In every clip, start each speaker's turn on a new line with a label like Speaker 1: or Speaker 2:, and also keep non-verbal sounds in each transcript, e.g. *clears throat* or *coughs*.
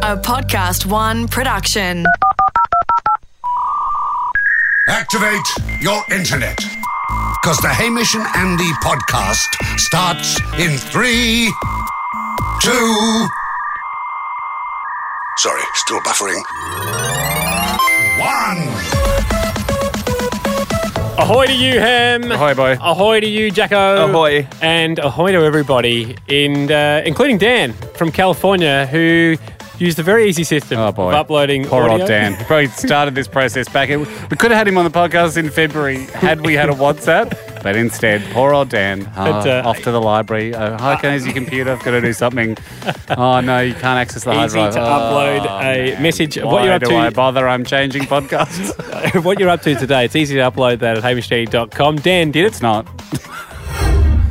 Speaker 1: A Podcast One production.
Speaker 2: Activate your internet. Because the Hamish and Andy podcast starts in three, two. Sorry, still buffering. One.
Speaker 3: Ahoy to you, Ham.
Speaker 4: Hi, boy.
Speaker 3: Ahoy to you, Jacko.
Speaker 4: Ahoy.
Speaker 3: And ahoy to everybody, in, uh, including Dan from California, who used a very easy system
Speaker 4: Oh boy!
Speaker 3: of uploading
Speaker 4: Poor
Speaker 3: audio.
Speaker 4: old Dan.
Speaker 3: *laughs*
Speaker 4: He probably started this process back. In, we could have had him on the podcast in February had we had a WhatsApp, but instead, poor old Dan.
Speaker 3: But,
Speaker 4: Oh,
Speaker 3: uh,
Speaker 4: off to the library. Oh, hi, can I use your computer? I've got to do something. Oh no, you can't access the hard
Speaker 3: Easy
Speaker 4: drive.
Speaker 3: to
Speaker 4: Oh,
Speaker 3: upload a
Speaker 4: man.
Speaker 3: message of
Speaker 4: Why
Speaker 3: what you're up
Speaker 4: do
Speaker 3: to.
Speaker 4: I bother? I'm changing podcasts.
Speaker 3: *laughs* what you're up to today, it's easy to upload that at hamishdandy.com. Dan did it.
Speaker 4: it's not.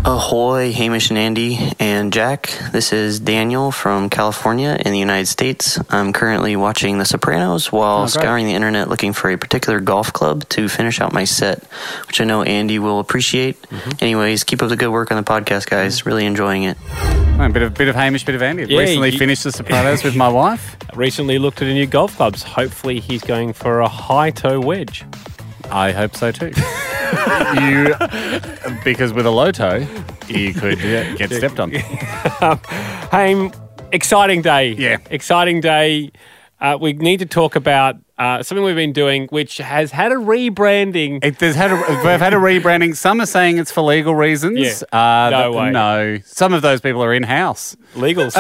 Speaker 5: Ahoy, Hamish and Andy and Jack. This is Daniel from California in the United States. I'm currently watching The Sopranos while scouring the internet looking for a particular golf club to finish out my set, which I know Andy will appreciate. Anyways, keep up the good work on the podcast, guys. Really enjoying it.
Speaker 4: Oh, a bit of bit of Hamish, bit of Andy.
Speaker 3: Yeah,
Speaker 4: Recently
Speaker 3: you-
Speaker 4: finished The Sopranos with my wife.
Speaker 3: Recently looked at a new golf clubs. Hopefully, he's going for a high toe wedge.
Speaker 4: I hope
Speaker 3: *laughs*
Speaker 4: so too. you, because with a low toe, you could uh, get stepped on.
Speaker 3: Haim, exciting day.
Speaker 4: Yeah.
Speaker 3: Exciting day. Uh, we need to talk about uh, something we've been doing, which has had a rebranding.
Speaker 4: It, there's had a, we've had a rebranding. Some are saying it's for legal reasons.
Speaker 3: Yeah.
Speaker 4: Uh,
Speaker 3: No
Speaker 4: th-
Speaker 3: way.
Speaker 4: No. Some of those people are in house.
Speaker 3: *laughs* Legals.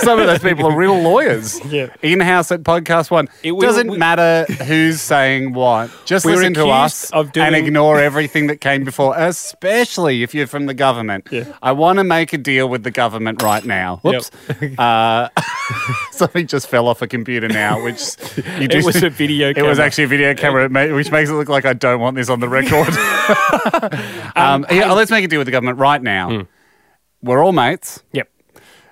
Speaker 4: Some of those people
Speaker 3: *laughs*
Speaker 4: are real lawyers.
Speaker 3: Yeah.
Speaker 4: In house at Podcast One.
Speaker 3: It-
Speaker 4: It
Speaker 3: we-
Speaker 4: doesn't
Speaker 3: we-
Speaker 4: matter who's saying what. Just
Speaker 3: We were
Speaker 4: listen to
Speaker 3: accused
Speaker 4: us
Speaker 3: of doing-
Speaker 4: and ignore everything that came before, especially if you're from the government.
Speaker 3: Yeah.
Speaker 4: I want to make a deal with the government right now. Whoops. *laughs* Uh, something just fell off a computer now, which you do.
Speaker 3: It
Speaker 4: *laughs*
Speaker 3: was a video
Speaker 4: It was
Speaker 3: camera.
Speaker 4: actually a video camera, ma- which makes it look like I don't want this on *laughs* the record. um, yeah, let's make a deal with the government right now.
Speaker 3: Hmm.
Speaker 4: We're all mates.
Speaker 3: yep.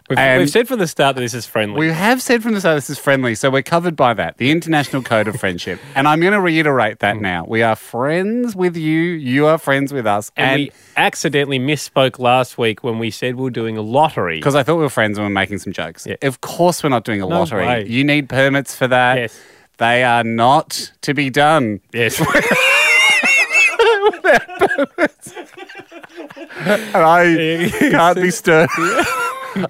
Speaker 3: We've,
Speaker 4: And-
Speaker 3: we've said from the start that this is friendly.
Speaker 4: We have said from the start this is friendly, so we're covered by that, the International Code of Friendship. *laughs* And I'm going to reiterate that
Speaker 3: Hmm.
Speaker 4: now. We are friends with you, you are friends with us.
Speaker 3: and,
Speaker 4: And
Speaker 3: we accidentally misspoke last week when we said we were doing a lottery.
Speaker 4: because I thought we were friends and we are making some jokes.
Speaker 3: Yeah.
Speaker 4: Of course, we're not doing a
Speaker 3: No
Speaker 4: lottery.
Speaker 3: way.
Speaker 4: You need permits for that.
Speaker 3: Yes.
Speaker 4: They are not to be done. *laughs*
Speaker 3: Yes.
Speaker 4: And
Speaker 3: *laughs*
Speaker 4: I can't be stern.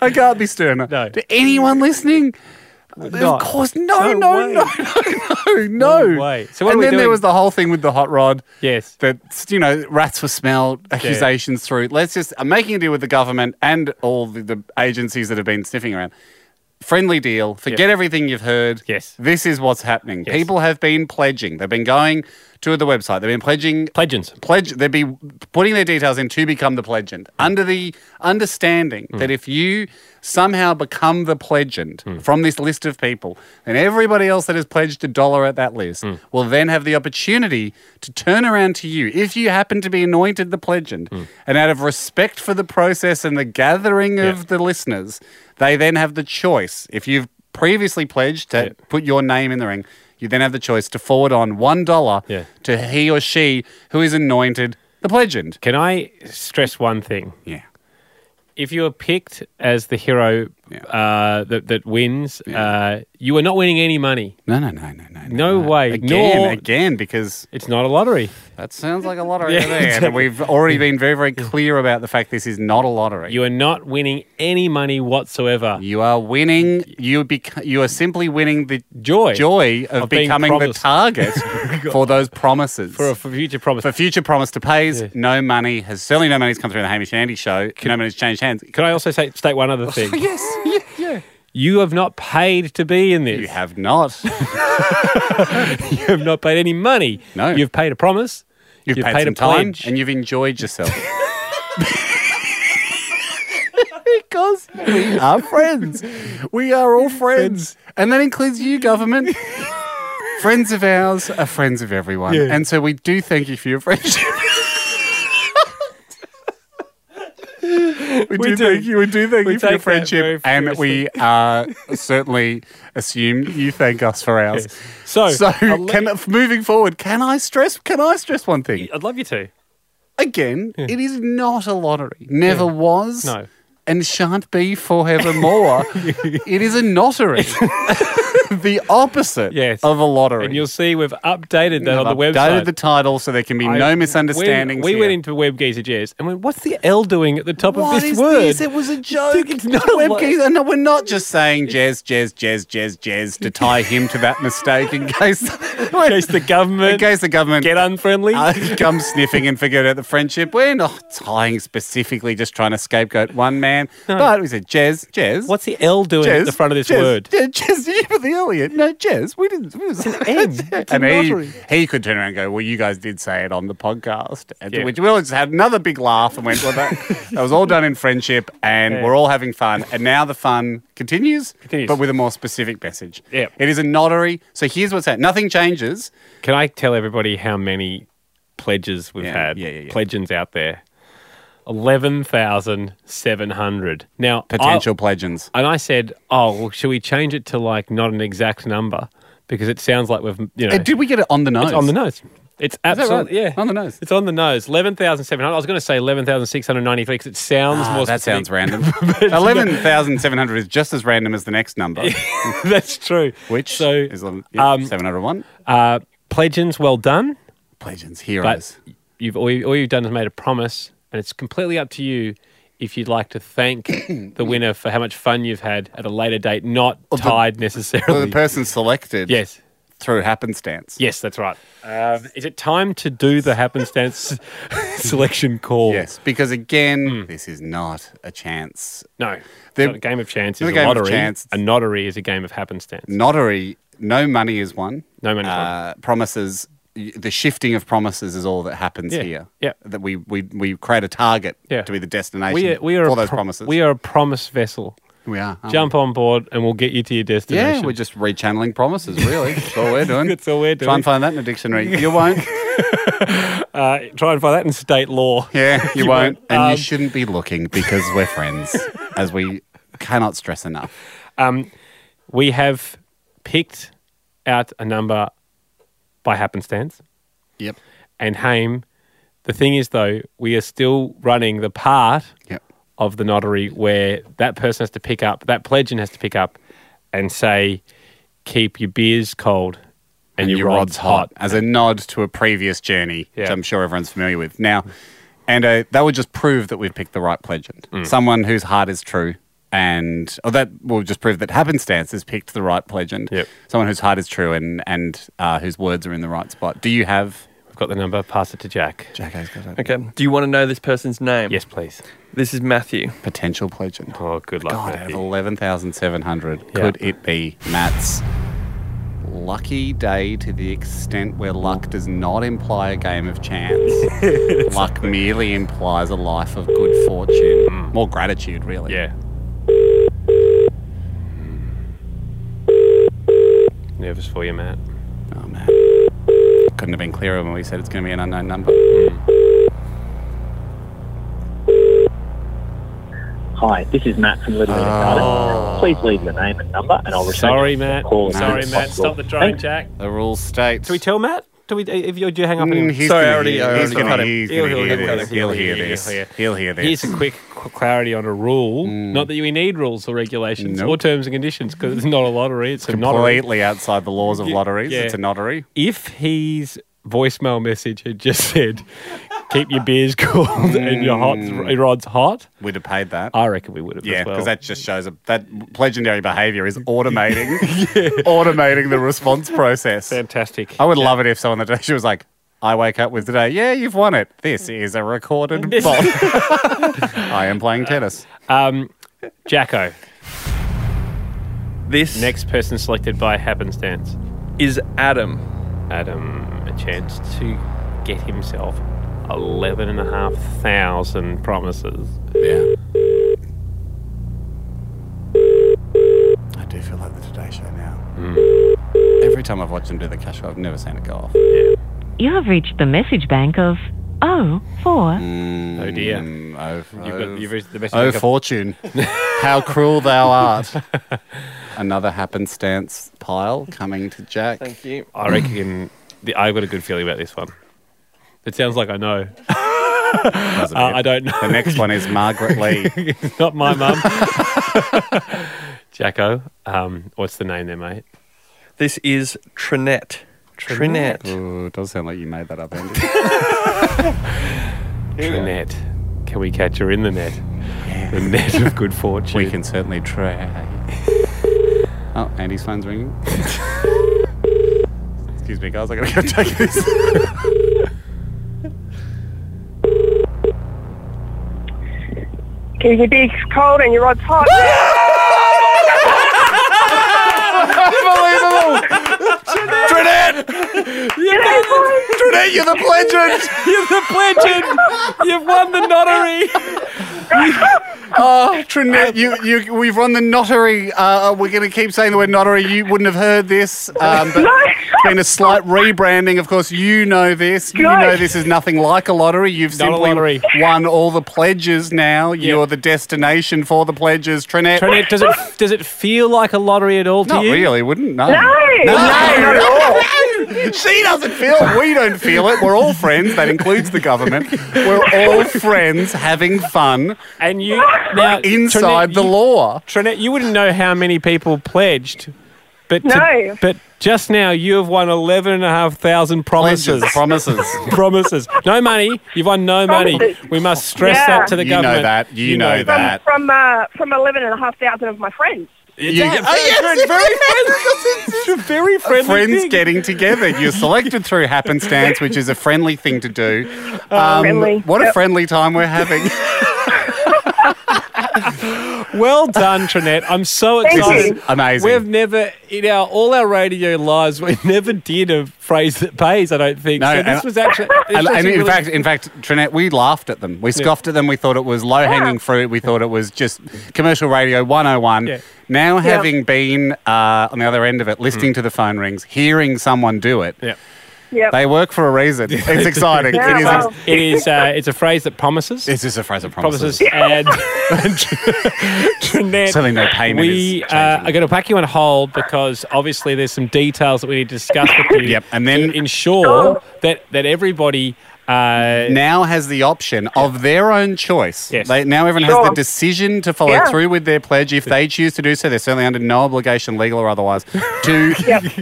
Speaker 4: I can't be sterner.
Speaker 3: No.
Speaker 4: To anyone listening, of course, no, no,
Speaker 3: way.
Speaker 4: no, no, no, no.
Speaker 3: No way. So what are
Speaker 4: and
Speaker 3: we
Speaker 4: then there
Speaker 3: doing?
Speaker 4: was the whole thing with the hot rod.
Speaker 3: Yes.
Speaker 4: That you know, rats were smelled, accusations through. Let's just. I'm making a deal with the government and all the, the agencies that have been sniffing around. Friendly deal. Forget everything you've heard.
Speaker 3: Yes.
Speaker 4: This is what's happening. People have been pledging. They've been going to the website. They've been pledging
Speaker 3: Legends.
Speaker 4: pledge they'd be putting their details in to become the pledgend under the understanding that if you somehow become the pledgend from this list of people then everybody else that has pledged a dollar at that list will then have the opportunity to turn around to you if you happen to be anointed the pledgend and out of respect for the process and the gathering of the listeners they then have the choice if you've previously pledged to put your name in the ring you then have the choice to forward on one dollar
Speaker 3: Yeah.
Speaker 4: to he or she who is anointed the pledgend.
Speaker 3: Can I stress one thing?
Speaker 4: Yeah.
Speaker 3: If you are picked as the hero uh, that, that wins, uh, you are not winning any money.
Speaker 4: No, no, no, no, no.
Speaker 3: No way.
Speaker 4: Again,
Speaker 3: Nor-
Speaker 4: again, because
Speaker 3: It's not a lottery.
Speaker 4: that sounds like a lottery
Speaker 3: Yeah,
Speaker 4: to me. And
Speaker 3: exactly.
Speaker 4: we've already been very, very clear about the fact this is not a lottery.
Speaker 3: You are not winning any money whatsoever.
Speaker 4: You are winning. You bec- you are simply winning the
Speaker 3: Joy.
Speaker 4: joy of,
Speaker 3: Of being
Speaker 4: becoming the
Speaker 3: promised. *laughs*
Speaker 4: target for those promises.
Speaker 3: For a for future promise.
Speaker 4: For future promise to pays, no money has certainly no money's come through the Hamish and Andy show. no money's changed hands.
Speaker 3: Can I also say, state one
Speaker 4: *laughs*
Speaker 3: other thing? yes. Yeah, You have not paid to be in this.
Speaker 4: You have not.
Speaker 3: *laughs* You have not paid any money.
Speaker 4: No.
Speaker 3: You've paid a promise.
Speaker 4: You've, paid,
Speaker 3: paid
Speaker 4: some
Speaker 3: a
Speaker 4: time
Speaker 3: pledge.
Speaker 4: and you've
Speaker 3: *laughs*
Speaker 4: enjoyed yourself. because we are friends. We are all friends. And that includes you, government. friends of ours are friends of everyone. And so we do thank you for your friendship. We, do,
Speaker 3: do.
Speaker 4: thank you. We do thank
Speaker 3: We
Speaker 4: you for your
Speaker 3: take that very
Speaker 4: friendship, and
Speaker 3: seriously.
Speaker 4: we uh, certainly assume you thank us for ours.
Speaker 3: *laughs* So,
Speaker 4: *laughs* So,
Speaker 3: I'll let-
Speaker 4: can, moving forward, can I stress? Can I stress one thing?
Speaker 3: I'd love you to.
Speaker 4: Again, it is not a lottery. Never was.
Speaker 3: No.
Speaker 4: and shan't be
Speaker 3: *laughs*
Speaker 4: forevermore. it is a notary. the opposite
Speaker 3: Yes.
Speaker 4: of a lottery.
Speaker 3: And you'll see we've updated that
Speaker 4: I've
Speaker 3: on the website.
Speaker 4: updated the title so there can be
Speaker 3: I-
Speaker 4: no
Speaker 3: when
Speaker 4: misunderstandings.
Speaker 3: We,
Speaker 4: here.
Speaker 3: went into WebGeezer Jazz and went, what's the L doing at the top of
Speaker 4: What
Speaker 3: this
Speaker 4: is
Speaker 3: word?
Speaker 4: this? It was a joke.
Speaker 3: It's not a
Speaker 4: *laughs* web
Speaker 3: word.
Speaker 4: geezer. No, we're not just saying jazz, jazz, jazz, jazz, jazz to tie him to that mistake
Speaker 3: *laughs*
Speaker 4: in case, in
Speaker 3: case the government
Speaker 4: *laughs* in case the government
Speaker 3: Get unfriendly.
Speaker 4: uh, come sniffing and forget about the friendship. We're not tying specifically, just trying to scapegoat one man. But we said jazz, jazz.
Speaker 3: What's the L doing
Speaker 4: jazz,
Speaker 3: at the front of this
Speaker 4: jazz,
Speaker 3: word?
Speaker 4: Yeah, jazz. You put the Elliot. No, jazz. We didn't. It was an *laughs*
Speaker 3: M. It's a
Speaker 4: and
Speaker 3: notary.
Speaker 4: he, he could turn around and go, "Well, you guys did say it on the podcast," and
Speaker 3: Yeah.
Speaker 4: which we all just had another big laugh and went, "Well, that, that was all done in friendship, and
Speaker 3: Yeah.
Speaker 4: we're all having fun." And now the fun continues,
Speaker 3: Continues.
Speaker 4: but with a more specific message.
Speaker 3: Yeah.
Speaker 4: it is a notary. So here's what's happening. Nothing changes.
Speaker 3: Can I tell everybody how many pledges we've
Speaker 4: Yeah,
Speaker 3: had?
Speaker 4: yeah, yeah, yeah.
Speaker 3: Pledgeons out there. 11,700. Now, I-
Speaker 4: Potential pledges.
Speaker 3: and I said, oh, well, should we change it to like not an exact number? Because it sounds like we've, you know,
Speaker 4: Uh, Did we get it on the nose?
Speaker 3: it's on the nose. It's absolutely,
Speaker 4: right?
Speaker 3: yeah.
Speaker 4: On the nose.
Speaker 3: It's on the nose. 11,700. I was going to say 11,693 because it sounds
Speaker 4: Ah,
Speaker 3: more
Speaker 4: that
Speaker 3: specific. *laughs*
Speaker 4: sounds random. Eleven thousand seven hundred is just as random as the next number,
Speaker 3: *laughs* That's true.
Speaker 4: *laughs* which
Speaker 3: So,
Speaker 4: is yeah,
Speaker 3: um,
Speaker 4: seven hundred one.
Speaker 3: uh, pledgeons, well done.
Speaker 4: Legends, heroes.
Speaker 3: But you've all, you- all you've done is made a promise, and it's completely up to you if you'd like to
Speaker 4: *coughs*
Speaker 3: thank the winner for how much fun you've had at a later date, not tied
Speaker 4: Well,
Speaker 3: necessarily.
Speaker 4: the person selected
Speaker 3: yes,
Speaker 4: through happenstance.
Speaker 3: yes, that's right. Um, is it time to do the happenstance *laughs* selection call?
Speaker 4: Yes, because again,
Speaker 3: Hmm.
Speaker 4: this is not a chance.
Speaker 3: No. it's
Speaker 4: The-
Speaker 3: not a game of chance is
Speaker 4: it's a
Speaker 3: a,
Speaker 4: game of
Speaker 3: lottery.
Speaker 4: chance.
Speaker 3: A notary is a game of happenstance.
Speaker 4: Notary, no money is one.
Speaker 3: No money is
Speaker 4: uh, Promises, y- the shifting of promises is all that happens
Speaker 3: Yeah,
Speaker 4: here.
Speaker 3: yeah.
Speaker 4: That we, we, we create a target
Speaker 3: Yeah.
Speaker 4: to be the destination
Speaker 3: we are, we are
Speaker 4: for
Speaker 3: a
Speaker 4: those
Speaker 3: pro-
Speaker 4: promises.
Speaker 3: We are a promise vessel.
Speaker 4: We are, aren't
Speaker 3: Jump on board and we'll get you to your
Speaker 4: we?
Speaker 3: destination.
Speaker 4: Yeah, we're just rechanneling promises, really. That's all we're
Speaker 3: *laughs*
Speaker 4: doing.
Speaker 3: That's all we're
Speaker 4: Try
Speaker 3: doing.
Speaker 4: and find that in a dictionary.
Speaker 3: *laughs*
Speaker 4: You won't.
Speaker 3: uh, try and find that in state law.
Speaker 4: Yeah, you,
Speaker 3: You
Speaker 4: won't.
Speaker 3: won't.
Speaker 4: And you
Speaker 3: Um,
Speaker 4: shouldn't be looking because
Speaker 3: *laughs*
Speaker 4: we're friends, as we cannot stress enough.
Speaker 3: Um, we have picked out a number by happenstance,
Speaker 4: Yep.
Speaker 3: and Haim. The thing is, though, we are still running the part
Speaker 4: Yep.
Speaker 3: of the notary where that person has to pick up, that pledgeon has to pick up, and say, "Keep your beers cold and, your, rods, hot."
Speaker 4: as a nod to a previous journey, which
Speaker 3: Yeah.
Speaker 4: I'm sure everyone's familiar with. Now, and uh, that would just prove that we've picked the right pledgeant,
Speaker 3: Mm.
Speaker 4: someone whose heart is true, and or that will just prove that happenstance has picked the right pledgeant,
Speaker 3: Yep.
Speaker 4: someone whose heart is true and and uh, whose words are in the right spot. Do you have?
Speaker 3: We've got the number. Pass it to Jack.
Speaker 6: Okay. Do you want to know this person's name?
Speaker 3: Yes, please.
Speaker 6: This is Matthew.
Speaker 4: Potential pledgeant.
Speaker 3: Oh, good luck.
Speaker 4: God, out of
Speaker 3: Matthew.
Speaker 4: 11,700,
Speaker 3: Yeah.
Speaker 4: could it be Matt's lucky day to the extent where luck does not imply a game of *laughs* chance? luck merely implies a life of good fortune. More gratitude, really.
Speaker 3: Yeah. Hmm. Nervous for you, Matt.
Speaker 4: Oh, man. Couldn't have been clearer when we said it's going to be an unknown number.
Speaker 7: Hi, this is Matt from Little Red Garden. Please leave your name and number, and I'll return
Speaker 3: Sorry,
Speaker 7: your
Speaker 3: Matt.
Speaker 7: call.
Speaker 3: Sorry,
Speaker 4: Matt.
Speaker 3: Matt. Stop the drone, Jack.
Speaker 4: The rule states.
Speaker 3: Do we tell Matt? Do we? If you do, you hang up. on
Speaker 4: Mm,
Speaker 3: him?
Speaker 4: he's
Speaker 6: Sorry,
Speaker 4: gonna
Speaker 6: I already-
Speaker 4: hear-
Speaker 6: I
Speaker 4: He's
Speaker 6: already
Speaker 4: going
Speaker 6: cut
Speaker 4: to
Speaker 6: him.
Speaker 4: hear this.
Speaker 3: him.
Speaker 4: He'll hear
Speaker 3: He'll
Speaker 4: this.
Speaker 3: hear-
Speaker 4: He'll hear this.
Speaker 3: Here's a quick qu- clarity on a rule. Not that we need rules or regulations
Speaker 4: Mm. Nope.
Speaker 3: or terms and conditions because it's not a lottery. It's a notary.
Speaker 4: completely outside the laws of lotteries.
Speaker 3: yeah.
Speaker 4: It's a notary.
Speaker 3: If his voicemail message had just said, "Keep your beers *laughs* cold and your hot your rods hot,"
Speaker 4: We'd have paid that.
Speaker 3: I reckon we would have.
Speaker 4: Mm. yeah,
Speaker 3: as
Speaker 4: because
Speaker 3: well.
Speaker 4: that just shows a, that legendary behaviour is
Speaker 3: *laughs*
Speaker 4: automating, automating the response process.
Speaker 3: fantastic.
Speaker 4: I would love it if someone that *laughs* day she was like, "I wake up with today. Yeah, you've won it. This is a recorded
Speaker 3: *laughs*
Speaker 4: bot. I am playing tennis.
Speaker 3: Um, Jacko,
Speaker 6: This
Speaker 3: next person selected by happenstance.
Speaker 6: is Adam.
Speaker 3: Adam a chance to get himself eleven and a half thousand promises.
Speaker 4: Yeah. I do feel like the Today Show now.
Speaker 3: Hmm.
Speaker 4: Every time I've watched him do the cash, I've never seen it go off.
Speaker 3: Yeah.
Speaker 8: You have reached the message bank of 04.
Speaker 3: Oh dear.
Speaker 4: Mm, oh,
Speaker 3: You've
Speaker 4: oh,
Speaker 3: got, you've reached the best.
Speaker 4: Oh,
Speaker 3: you can-
Speaker 4: *laughs* fortune, how cruel thou *laughs* art. Another happenstance pile coming to Jack.
Speaker 6: Thank you.
Speaker 3: I reckon the, I've got a good feeling about this one. It sounds like I know. *laughs*
Speaker 4: That was a
Speaker 3: Uh,
Speaker 4: bit.
Speaker 3: I don't know.
Speaker 4: The next one is Margaret *laughs* Lee.
Speaker 3: Not my mum. *laughs* Jacko, um, what's the name there, mate?
Speaker 6: This is Trinette. Trinette.
Speaker 4: Ooh, it does sound like you made that up, Andy.
Speaker 3: Trinette. Can we catch her in the net? The net of good fortune.
Speaker 4: we can certainly try. Oh, Andy's phone's ringing. Excuse me, guys. I gotta go take *laughs* this.
Speaker 9: Keep your dick's cold and your rod's hot.
Speaker 4: Unbelievable! *laughs* Trinette! Trinette, you're the legend!
Speaker 3: You're the legend. You've won the notary.
Speaker 4: *laughs* Oh, Trinette, you, you, we've run the notary. Uh, we're going to keep saying the word notary. You wouldn't have heard this. Um, but it's been a slight rebranding. Of course, you know this. You know this is nothing like a lottery. You've
Speaker 3: Not a
Speaker 4: simply
Speaker 3: lottery.
Speaker 4: won all the pledges now. You're the destination for the pledges. Trinette.
Speaker 3: Trinette, does it does it feel like a lottery at all to
Speaker 4: Not
Speaker 3: you?
Speaker 4: really, wouldn't? No.
Speaker 9: No, not at all.
Speaker 4: She doesn't feel it. We don't feel it. We're all friends. That includes the government. We're all friends having fun
Speaker 3: And you now
Speaker 4: inside
Speaker 3: Trinette,
Speaker 4: the
Speaker 3: you-
Speaker 4: law.
Speaker 3: Trinette, you wouldn't know how many people pledged, but to-
Speaker 9: No.
Speaker 3: but just now you have won eleven and a half thousand promises.
Speaker 4: Pledges, promises.
Speaker 3: *laughs* promises. No money. You've won no money.
Speaker 9: Promises.
Speaker 3: We must stress
Speaker 9: Yeah.
Speaker 3: that to the
Speaker 4: You know
Speaker 3: government.
Speaker 4: that. You know that.
Speaker 9: From, from, uh, from 11,500 of my friends.
Speaker 4: You-
Speaker 3: Yeah,
Speaker 4: Oh, yes,
Speaker 3: very, *laughs* very friendly. very friendly.
Speaker 4: friends
Speaker 3: thing.
Speaker 4: getting together. You're selected through happenstance, which is a friendly thing to do.
Speaker 3: Oh,
Speaker 4: Um,
Speaker 9: friendly.
Speaker 4: What a
Speaker 9: Yep.
Speaker 4: friendly time we're having.
Speaker 3: Well done, Trinette. I'm so
Speaker 9: Thank
Speaker 3: excited.
Speaker 9: you.
Speaker 4: Amazing.
Speaker 3: We've never in our all our radio lives we *laughs* never did a phrase that pays. I don't think.
Speaker 4: No,
Speaker 3: so this
Speaker 4: and-
Speaker 3: was actually. this
Speaker 4: *laughs* and,
Speaker 3: was
Speaker 4: and in
Speaker 3: really-
Speaker 4: fact, in fact, Trinette, we laughed at them. We scoffed at them. We thought it was low hanging fruit. We thought it was just commercial radio
Speaker 3: Ah.
Speaker 4: 101.
Speaker 3: Yeah. Hmm.
Speaker 4: Now, having been uh, on the other end of it, listening to the phone rings, hearing someone do it,
Speaker 3: Yeah.
Speaker 9: Yep.
Speaker 4: they work for a reason.
Speaker 3: *laughs*
Speaker 4: It's exciting.
Speaker 9: Yeah,
Speaker 4: it is.
Speaker 9: well.
Speaker 3: it is. Uh, it's a phrase that promises.
Speaker 4: It's just a phrase of promises.
Speaker 3: promises and,
Speaker 4: *laughs*
Speaker 3: and *laughs* Trinette.
Speaker 4: Certainly no payment
Speaker 3: We
Speaker 4: is
Speaker 3: uh,
Speaker 4: changing.
Speaker 3: are going to pack you on hold because obviously there's some details that we need to discuss with you.
Speaker 4: Yep, and then-
Speaker 3: to ensure that that everybody. Uh, *laughs*
Speaker 4: now has the option of their own choice.
Speaker 3: Yes.
Speaker 4: They, now everyone has
Speaker 9: Sure.
Speaker 4: the decision to follow
Speaker 9: Yeah.
Speaker 4: through with their pledge if they choose to do so. They're certainly under no obligation, legal or otherwise,
Speaker 9: *laughs*
Speaker 4: to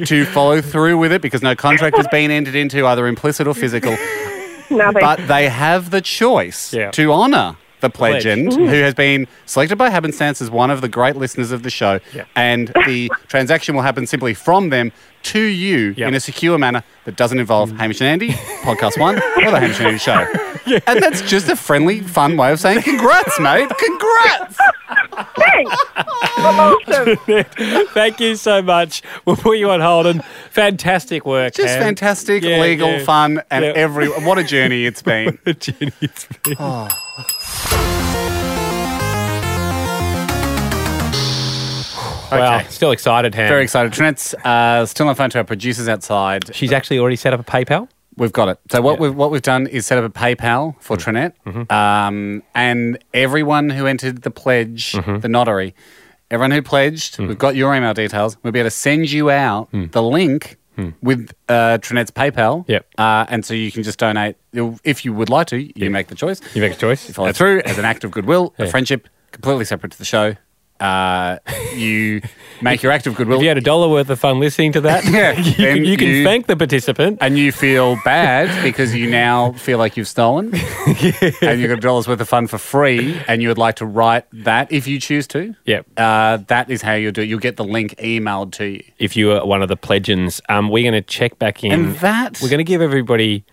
Speaker 4: to follow through with it because no contract has been entered into, either implicit or physical.
Speaker 9: Nothing.
Speaker 4: But they have the choice
Speaker 3: Yeah.
Speaker 4: to honour the
Speaker 3: Pledge.
Speaker 4: pledgend who has been selected by happenstance as one of the great listeners of the show.
Speaker 3: Yeah.
Speaker 4: And
Speaker 3: *laughs*
Speaker 4: the transaction will happen simply from them to you
Speaker 3: Yeah. Mm.
Speaker 4: in a secure manner that doesn't involve Hamish and Andy, Podcast
Speaker 3: *laughs*
Speaker 4: One, or the Hamish and Andy Show. And that's just a friendly, fun way of saying congrats, mate.
Speaker 3: *laughs*
Speaker 4: Congrats.
Speaker 9: *laughs* Thanks. awesome.
Speaker 3: Thank you so much. We'll put you on hold and fantastic work.
Speaker 4: Just
Speaker 3: Ham. *laughs*
Speaker 4: fantastic,
Speaker 3: Yeah,
Speaker 4: legal,
Speaker 3: yeah.
Speaker 4: fun, and
Speaker 3: Yeah.
Speaker 4: every what a journey it's been.
Speaker 3: *laughs* Jenny, it's been-
Speaker 4: Oh.
Speaker 3: Wow,
Speaker 4: Okay.
Speaker 3: still excited, Ham.
Speaker 4: Very excited. Trinette's uh, still on the phone to our producers outside.
Speaker 3: She's actually already set up a PayPal.
Speaker 4: We've got it. So what we've what we've done is set up a PayPal for
Speaker 3: Mm-hmm.
Speaker 4: Trinette, um, and everyone who entered the pledge,
Speaker 3: Mm-hmm.
Speaker 4: the notary, everyone who pledged,
Speaker 3: Mm.
Speaker 4: we've got your email details. We'll be able to send you out the link with uh, Trinette's PayPal.
Speaker 3: Mm. Yep.
Speaker 4: Uh, and so you can just donate You'll- if you would like to. You make the choice.
Speaker 3: You make a choice.
Speaker 4: You follow through as an act of goodwill,
Speaker 3: *laughs*
Speaker 4: a friendship, completely separate to the show. Uh,
Speaker 3: *laughs*
Speaker 4: you make your act of goodwill.
Speaker 3: If you had a dollar worth of fun listening to that,
Speaker 4: *laughs* Yeah,
Speaker 3: you,
Speaker 4: then
Speaker 3: can- you can
Speaker 4: you-
Speaker 3: thank the participant.
Speaker 4: and you feel bad because you now feel like you've
Speaker 3: *laughs*
Speaker 4: stolen and you've got a dollar's worth of fun for free and you would like to write that if you choose to.
Speaker 3: Yep.
Speaker 4: Uh, that is how you'll do it. You'll get the link emailed to you.
Speaker 3: if you are one of the pledgeons, um, we're going to check back in.
Speaker 4: And that-
Speaker 3: we're going to give everybody.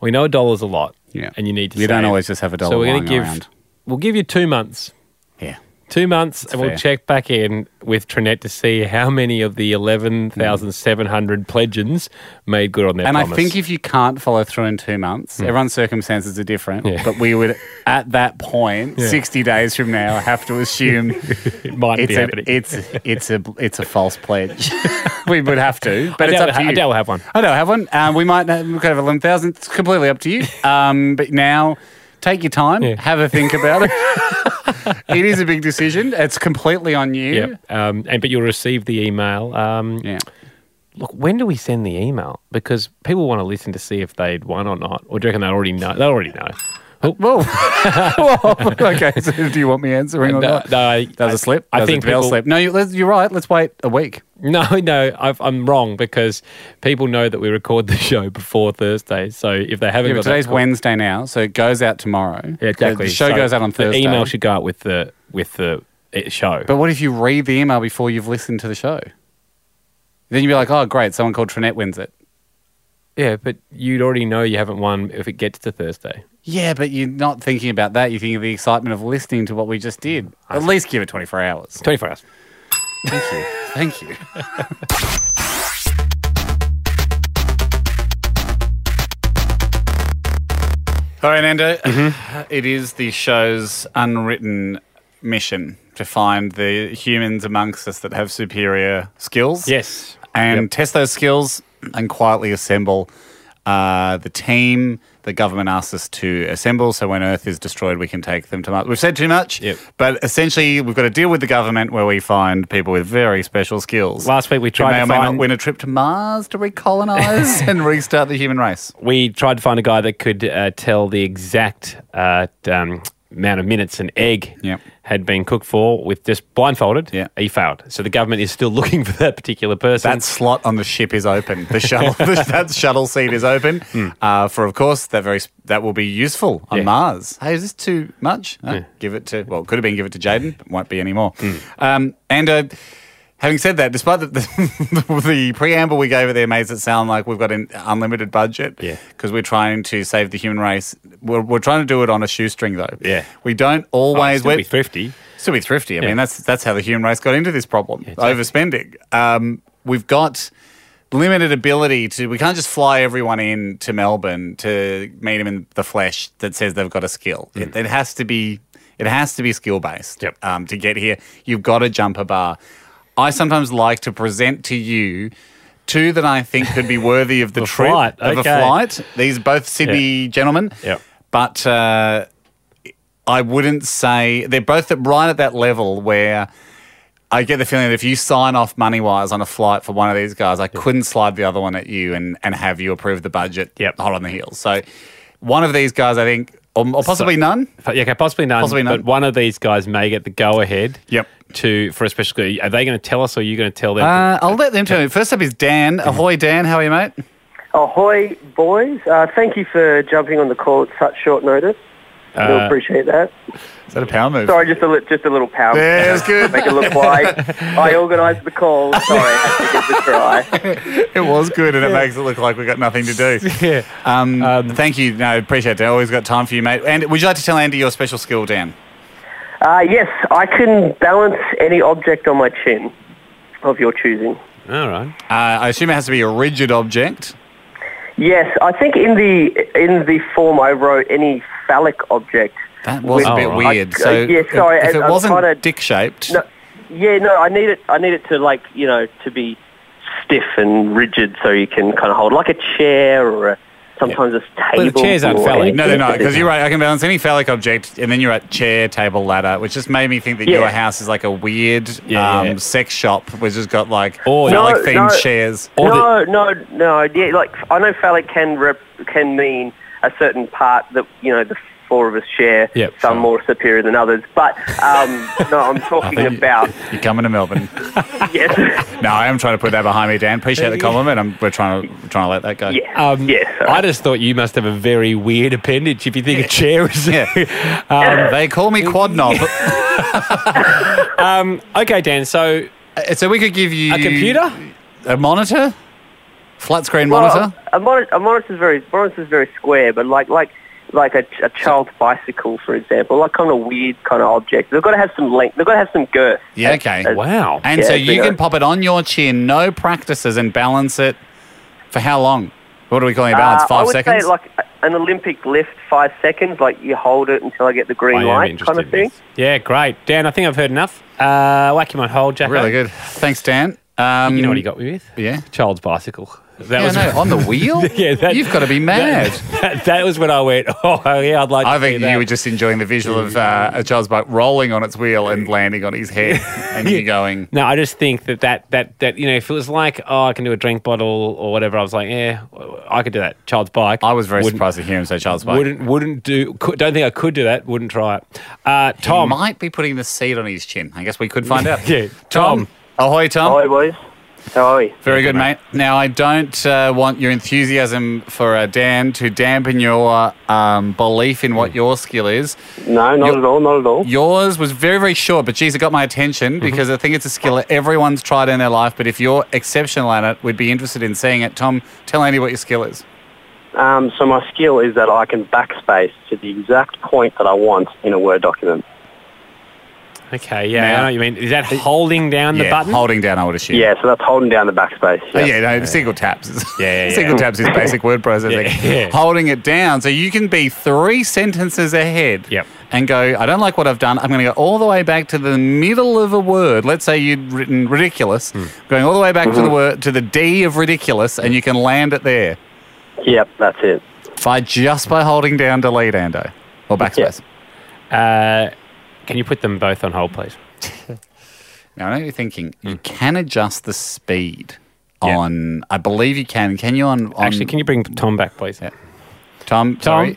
Speaker 3: We know a dollar's a lot,
Speaker 4: Yeah.
Speaker 3: and you need to.
Speaker 4: You don't
Speaker 3: save.
Speaker 4: always just have a dollar
Speaker 3: So we're gonna
Speaker 4: lying
Speaker 3: give.
Speaker 4: around.
Speaker 3: We'll give you two months.
Speaker 4: Yeah.
Speaker 3: Two months, and we'll
Speaker 4: fair.
Speaker 3: check back in with Trinette to see how many of the eleven thousand seven hundred pledgeons made good on their
Speaker 4: And
Speaker 3: promise. Hmm.
Speaker 4: I think if you can't follow through in two months, everyone's circumstances are different. But we would, at that point, 60 days from now, have to assume
Speaker 3: it *laughs* might
Speaker 4: it's,
Speaker 3: be
Speaker 4: a,
Speaker 3: happening.
Speaker 4: it's, it's, a, it's a false pledge. *laughs* we would have to, but
Speaker 3: I
Speaker 4: it's
Speaker 3: doubt
Speaker 4: up to
Speaker 3: it-
Speaker 4: you.
Speaker 3: I doubt we'll have one.
Speaker 4: I don't have one. Um, we might uh, we could have eleven thousand. It's completely up
Speaker 3: *laughs*
Speaker 4: to you. Um, but now, take your time,
Speaker 3: Yeah.
Speaker 4: have a think about it.
Speaker 3: *laughs*
Speaker 4: it is a big decision. It's completely on you.
Speaker 3: Yeah. Um, and but you'll receive the email. Um,
Speaker 4: Yeah.
Speaker 3: Look, when do we send the email? Because people want to listen to see if they'd won or not. Or do you reckon they already know? They already know.
Speaker 4: Whoa.
Speaker 3: *laughs*
Speaker 4: Whoa. *laughs* Okay. So do you want me answering or
Speaker 3: No,
Speaker 4: not?
Speaker 3: uh, no, I-
Speaker 4: that was a slip.
Speaker 3: I
Speaker 4: That was a
Speaker 3: think
Speaker 4: bell
Speaker 3: people-
Speaker 4: slip. No, you, let's- you're right. Let's wait a week.
Speaker 3: *laughs* No, no, I've, I'm wrong because people know that we record the *laughs* show before Thursday. So if they haven't
Speaker 4: Yeah,
Speaker 3: got
Speaker 4: but
Speaker 3: that
Speaker 4: today's
Speaker 3: call-
Speaker 4: Wednesday now, so it goes out tomorrow.
Speaker 3: yeah, exactly.
Speaker 4: The show
Speaker 3: So
Speaker 4: goes out on Thursday.
Speaker 3: The email should go out with the with the eh, show.
Speaker 4: But what if you read the email before you've listened to the show? Then you'd be like, oh, great, someone called Trinette wins it.
Speaker 3: yeah, but you'd already know you haven't won if it gets to Thursday.
Speaker 4: Yeah, but you're not thinking about that. You're thinking of the excitement of listening to what we just did. At least give it
Speaker 3: *laughs*
Speaker 4: 24 hours.
Speaker 3: Twenty four hours.
Speaker 4: Thank you. All right, Nando. It is the show's unwritten mission to find the humans amongst us that have superior skills.
Speaker 3: Yes.
Speaker 4: and test those skills and quietly assemble uh, the team the government asks us to assemble. So when Earth is destroyed, we can take them to Mars. We've said too much,
Speaker 3: Yep.
Speaker 4: but essentially we've got to deal with the government where we find people with very special skills.
Speaker 3: Last week we tried
Speaker 4: who may
Speaker 3: to
Speaker 4: or may
Speaker 3: find-
Speaker 4: not win a trip to Mars
Speaker 3: *laughs*
Speaker 4: to recolonize and restart the human race.
Speaker 3: we tried to find a guy that could uh, tell the exact uh, t- um, amount of minutes an egg
Speaker 4: Yep.
Speaker 3: had been cooked for with just blindfolded.
Speaker 4: Yeah.
Speaker 3: He failed. So the government is still *laughs* looking for that particular person.
Speaker 4: That slot on the ship is open.
Speaker 3: *laughs*
Speaker 4: The shuttle, that shuttle seat is open. Uh, for of course that very sp- that will be useful
Speaker 3: Hmm.
Speaker 4: on
Speaker 3: Yeah.
Speaker 4: Mars. Hey, is this too much? No, Give it to well, could have been give it to Jaden, but won't be anymore.
Speaker 3: Hmm.
Speaker 4: Um, and uh, having said that, despite the, *laughs* the, the preamble we gave it there makes it sound like we've got an unlimited budget.
Speaker 3: Yeah.
Speaker 4: because we're trying to save the human race. We're, we're trying to do it on a shoestring though.
Speaker 3: Yeah.
Speaker 4: we don't
Speaker 3: Oh,
Speaker 4: always.
Speaker 3: still
Speaker 4: we're-
Speaker 3: be thrifty.
Speaker 4: Still be thrifty. I
Speaker 3: Yeah.
Speaker 4: mean, that's that's how the human race got into this problem: overspending. Um, we've got limited ability to. We can't just fly everyone in to Melbourne to meet them in the flesh that says they've got a skill. It, it has to be. It has to be skill based.
Speaker 3: Mm. Yep.
Speaker 4: Um, to get here, you've got to jump a bar. I sometimes like to present to you. Two that I think could be worthy of the
Speaker 3: A
Speaker 4: trip
Speaker 3: flight,
Speaker 4: of a
Speaker 3: okay.
Speaker 4: flight. These both Sydney gentlemen,
Speaker 3: Yep.
Speaker 4: but uh, I wouldn't say they're both at, right at that level where I get the feeling that if you sign off money wise on a flight for one of these guys, I couldn't slide the other one at you and, and have you approve the budget
Speaker 3: Yep.
Speaker 4: hot on the heels. So one of these guys, I think, or, or possibly
Speaker 3: So-
Speaker 4: none.
Speaker 3: Yeah, okay, possibly none.
Speaker 4: Possibly none.
Speaker 3: But one of these guys may get the go ahead.
Speaker 4: Yep.
Speaker 3: To for a special. Are they going to tell us, or are you going to tell them?
Speaker 4: Uh, I'll let them tell you. First up is Dan. *laughs* Ahoy, Dan. How are you, mate?
Speaker 10: Ahoy, boys. Uh, thank you for jumping on the call at such short notice. I
Speaker 4: Uh,
Speaker 10: do appreciate that.
Speaker 4: Is that a power move?
Speaker 10: Sorry, just a, li- just a little power.
Speaker 4: Yeah, it was good.
Speaker 10: Make it look like
Speaker 4: *laughs*
Speaker 10: I organised the call. Sorry, I had to give it a try.
Speaker 4: It was good, and it makes it look like we've got nothing to do. yeah. Um, thank you. No, appreciate it. Always got time for you, mate. And would you like to tell Andy your special skill, Dan?
Speaker 10: Uh, yes, I can balance any object on my chin of your choosing.
Speaker 3: All right.
Speaker 4: Uh, I assume it has to be a rigid object.
Speaker 10: Yes, I think in the in the form I wrote, any phallic object.
Speaker 4: That was a
Speaker 3: Oh,
Speaker 4: bit
Speaker 3: right.
Speaker 4: weird.
Speaker 10: I-
Speaker 4: so
Speaker 10: uh, yeah, sorry,
Speaker 4: if, if it
Speaker 10: I- I'm
Speaker 4: wasn't
Speaker 10: trying to-
Speaker 4: dick shaped,
Speaker 10: No, yeah, no, I need it. I need it to like you know to be stiff and rigid, so you can kind of hold like a chair or a, sometimes a
Speaker 3: the
Speaker 10: table.
Speaker 3: chairs aren't
Speaker 10: or
Speaker 3: phallic.
Speaker 10: anything
Speaker 4: Oh, no, they're not.
Speaker 10: that
Speaker 4: Because
Speaker 10: is-
Speaker 4: you're right. I can balance any phallic object, and then you're at chair, table, ladder, which just made me think that
Speaker 10: Yeah.
Speaker 4: your house is like a weird
Speaker 3: Yeah,
Speaker 4: um,
Speaker 3: yeah.
Speaker 4: sex shop, which has got like
Speaker 3: Or-
Speaker 4: phallic
Speaker 10: No,
Speaker 4: themed
Speaker 10: no.
Speaker 4: chairs.
Speaker 3: Or
Speaker 10: no, no, no. Yeah, like I know phallic can rep, can mean a certain part that you know the four of us share.
Speaker 3: Yep,
Speaker 10: some
Speaker 3: sure.
Speaker 10: more superior than others, but um,
Speaker 4: *laughs*
Speaker 10: no, I'm talking about
Speaker 4: You're coming to Melbourne.
Speaker 10: yes,
Speaker 4: no, I am trying to put that behind me, Dan. Appreciate the compliment. I'm, we're trying to trying to let that go.
Speaker 10: yes,
Speaker 3: Um,
Speaker 10: yes. all
Speaker 3: I
Speaker 10: right.
Speaker 3: just thought you must have a very weird appendage if you think a chair is. *laughs*
Speaker 4: Yeah.
Speaker 3: um,
Speaker 4: They
Speaker 3: *laughs*
Speaker 4: call me Quad Knob.
Speaker 3: um, okay, Dan. So
Speaker 4: Uh, so we could give you
Speaker 3: a computer.
Speaker 4: a monitor, flat screen
Speaker 10: Well,
Speaker 4: monitor.
Speaker 10: a, a monitor, a monitor's very monitor's very square, but like like like a, a child's bicycle, for example, like kind of weird kind of object. They've got to have some length. They've got to have some girth.
Speaker 4: Yeah, okay.
Speaker 10: Uh,
Speaker 3: Wow.
Speaker 4: And
Speaker 10: Yeah,
Speaker 4: so
Speaker 10: it's
Speaker 4: you
Speaker 10: bigger.
Speaker 4: can pop it on your chin, no practices, and balance it for how long? What are we calling a balance?
Speaker 10: Uh, I
Speaker 4: Five
Speaker 10: would
Speaker 4: seconds?
Speaker 10: say like a- an Olympic lift, five seconds. Like you hold it until I get the green
Speaker 3: I am
Speaker 10: light,
Speaker 3: interested
Speaker 10: kind of
Speaker 3: in
Speaker 10: thing.
Speaker 3: this. Yeah, great, Dan. I think I've heard enough. Uh, whack him on hold, Jack.
Speaker 4: really good. Thanks, Dan. Um,
Speaker 3: You know what he got me with?
Speaker 4: Yeah.
Speaker 3: Child's bicycle. That
Speaker 4: Yeah,
Speaker 3: was
Speaker 4: no, on the wheel?
Speaker 3: yeah, that,
Speaker 4: You've got to be mad.
Speaker 3: *laughs* That, that, that was when I went. *laughs* Oh yeah, I'd like.
Speaker 4: I
Speaker 3: to see
Speaker 4: think
Speaker 3: that.
Speaker 4: you were just enjoying the visual of uh, a child's bike rolling on its wheel and landing on his
Speaker 3: *laughs*
Speaker 4: head, and you going,
Speaker 3: No, I just think that that that that you know, if it was like, oh, I can do a drink bottle or whatever, I was like, yeah, I could do that. Child's bike.
Speaker 4: I was very
Speaker 3: Wouldn't-
Speaker 4: surprised to hear him say child's bike.
Speaker 3: Wouldn't wouldn't do. Could, don't think I could do that. Wouldn't try it. Uh,
Speaker 4: He
Speaker 3: Tom.
Speaker 4: might be putting the seed on his chin. I guess we could find
Speaker 3: *laughs*
Speaker 4: out.
Speaker 3: Yeah, Tom.
Speaker 4: Ahoy, Tom.
Speaker 10: Hi, boys. How are you?
Speaker 4: Very good, mate. Now, I don't uh, want your enthusiasm for uh, Dan to dampen your um, belief in
Speaker 3: Hmm.
Speaker 4: what your skill is.
Speaker 10: No, not
Speaker 4: You're-
Speaker 10: at all. Not at all.
Speaker 4: Yours was very, very short, but geez, it got my attention
Speaker 3: Mm-hmm.
Speaker 4: because I think it's a skill that everyone's tried in their life. But if you're exceptional at it, we'd be interested in seeing it. Tom, tell Andy what your skill is.
Speaker 10: Um, so my skill is that I can backspace to the exact point that I want in a Word document.
Speaker 3: Okay, yeah,
Speaker 4: Now-
Speaker 3: I know what you mean. Is that holding down the
Speaker 4: yeah,
Speaker 3: button?
Speaker 4: holding down, I would assume.
Speaker 10: Yeah, so that's holding down the backspace.
Speaker 4: Oh, yeah, no, single taps. is-
Speaker 3: Yeah, yeah, yeah.
Speaker 4: single taps is basic word processing.
Speaker 3: *laughs* Yeah, yeah.
Speaker 4: Holding it down so you can be three sentences ahead.
Speaker 3: Yep.
Speaker 4: And go, I don't like what I've done. I'm going to go all the way back to the middle of a word. Let's say you'd written ridiculous,
Speaker 3: Hmm.
Speaker 4: going all the way back to the word to the D of ridiculous, and you can land it there
Speaker 10: Yep, that's it.
Speaker 4: by just by holding down delete, Ando, or backspace.
Speaker 3: Uh, can you put them both on hold, please?
Speaker 4: Now I know you're thinking you can adjust the speed
Speaker 3: Hmm. Yeah.
Speaker 4: on. I believe you can. Can you on, on
Speaker 3: Actually, can you bring Tom back, please?
Speaker 4: Tom? Sorry.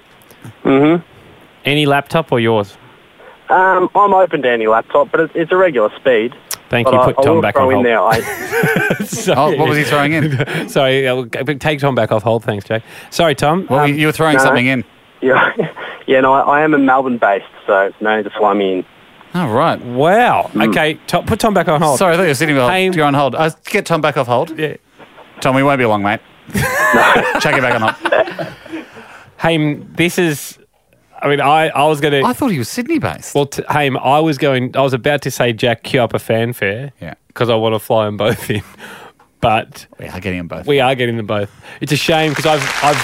Speaker 3: Any laptop or
Speaker 4: *laughs*
Speaker 3: yours?
Speaker 10: Um, I'm open to any laptop, but it's, it's a regular speed.
Speaker 3: Thank
Speaker 10: but
Speaker 3: you.
Speaker 10: I,
Speaker 3: Put
Speaker 10: I
Speaker 3: Tom
Speaker 10: will
Speaker 3: back
Speaker 10: throw
Speaker 3: on
Speaker 10: in
Speaker 3: hold.
Speaker 4: *laughs*
Speaker 10: there. I, *laughs*
Speaker 4: Oh, what was he throwing
Speaker 3: *laughs*
Speaker 4: in?
Speaker 3: Sorry, I'll- take Tom back off hold. Thanks, Jack. Sorry, Tom.
Speaker 4: Well, you were throwing
Speaker 10: no.
Speaker 4: something in.
Speaker 10: yeah, yeah, no, I, I am a Melbourne-based, so no need to fly me in.
Speaker 4: Oh, right.
Speaker 3: Wow. Okay, Tom, put Tom back on hold.
Speaker 4: Mm. Sorry, I thought you were sitting.
Speaker 3: Oh. Hey.
Speaker 4: You're on hold. Uh, get Tom back off hold.
Speaker 3: Yeah.
Speaker 4: Tom, we won't be long, mate. *laughs* Check it back on hold.
Speaker 3: Haim, this is. I mean, I, I was going
Speaker 4: I
Speaker 3: to.
Speaker 4: thought he was Sydney based.
Speaker 3: Well, t- Haim, I was going. I was about to say, Jack, queue up a fanfare.
Speaker 4: Yeah.
Speaker 3: Because I want to fly them both in. *laughs* But
Speaker 4: we are getting them both.
Speaker 3: we are getting them both. It's a shame because I've. I've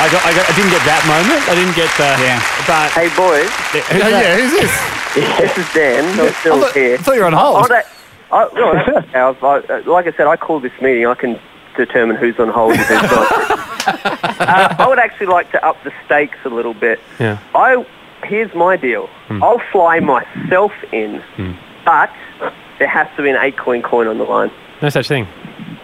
Speaker 3: I, got, I, got, I didn't get that moment. I didn't get the.
Speaker 4: Yeah.
Speaker 3: But.
Speaker 10: Hey, *laughs* boys.
Speaker 4: *laughs* yeah, yeah, who's this?
Speaker 10: this is Dan. I'm
Speaker 4: I
Speaker 10: still
Speaker 4: thought, I
Speaker 10: here.
Speaker 4: thought you were on
Speaker 10: Oh,
Speaker 4: hold.
Speaker 10: that, I, no, that's okay. I've- I, like I said, I called this meeting. I can determine who's on hold and who's
Speaker 4: *laughs*
Speaker 10: not. uh, I would actually like to up the stakes a little bit.
Speaker 3: Yeah.
Speaker 10: I here's my deal.
Speaker 4: Hmm.
Speaker 10: I'll fly myself in, but there has to be an eight coin coin on the line.
Speaker 3: No such thing.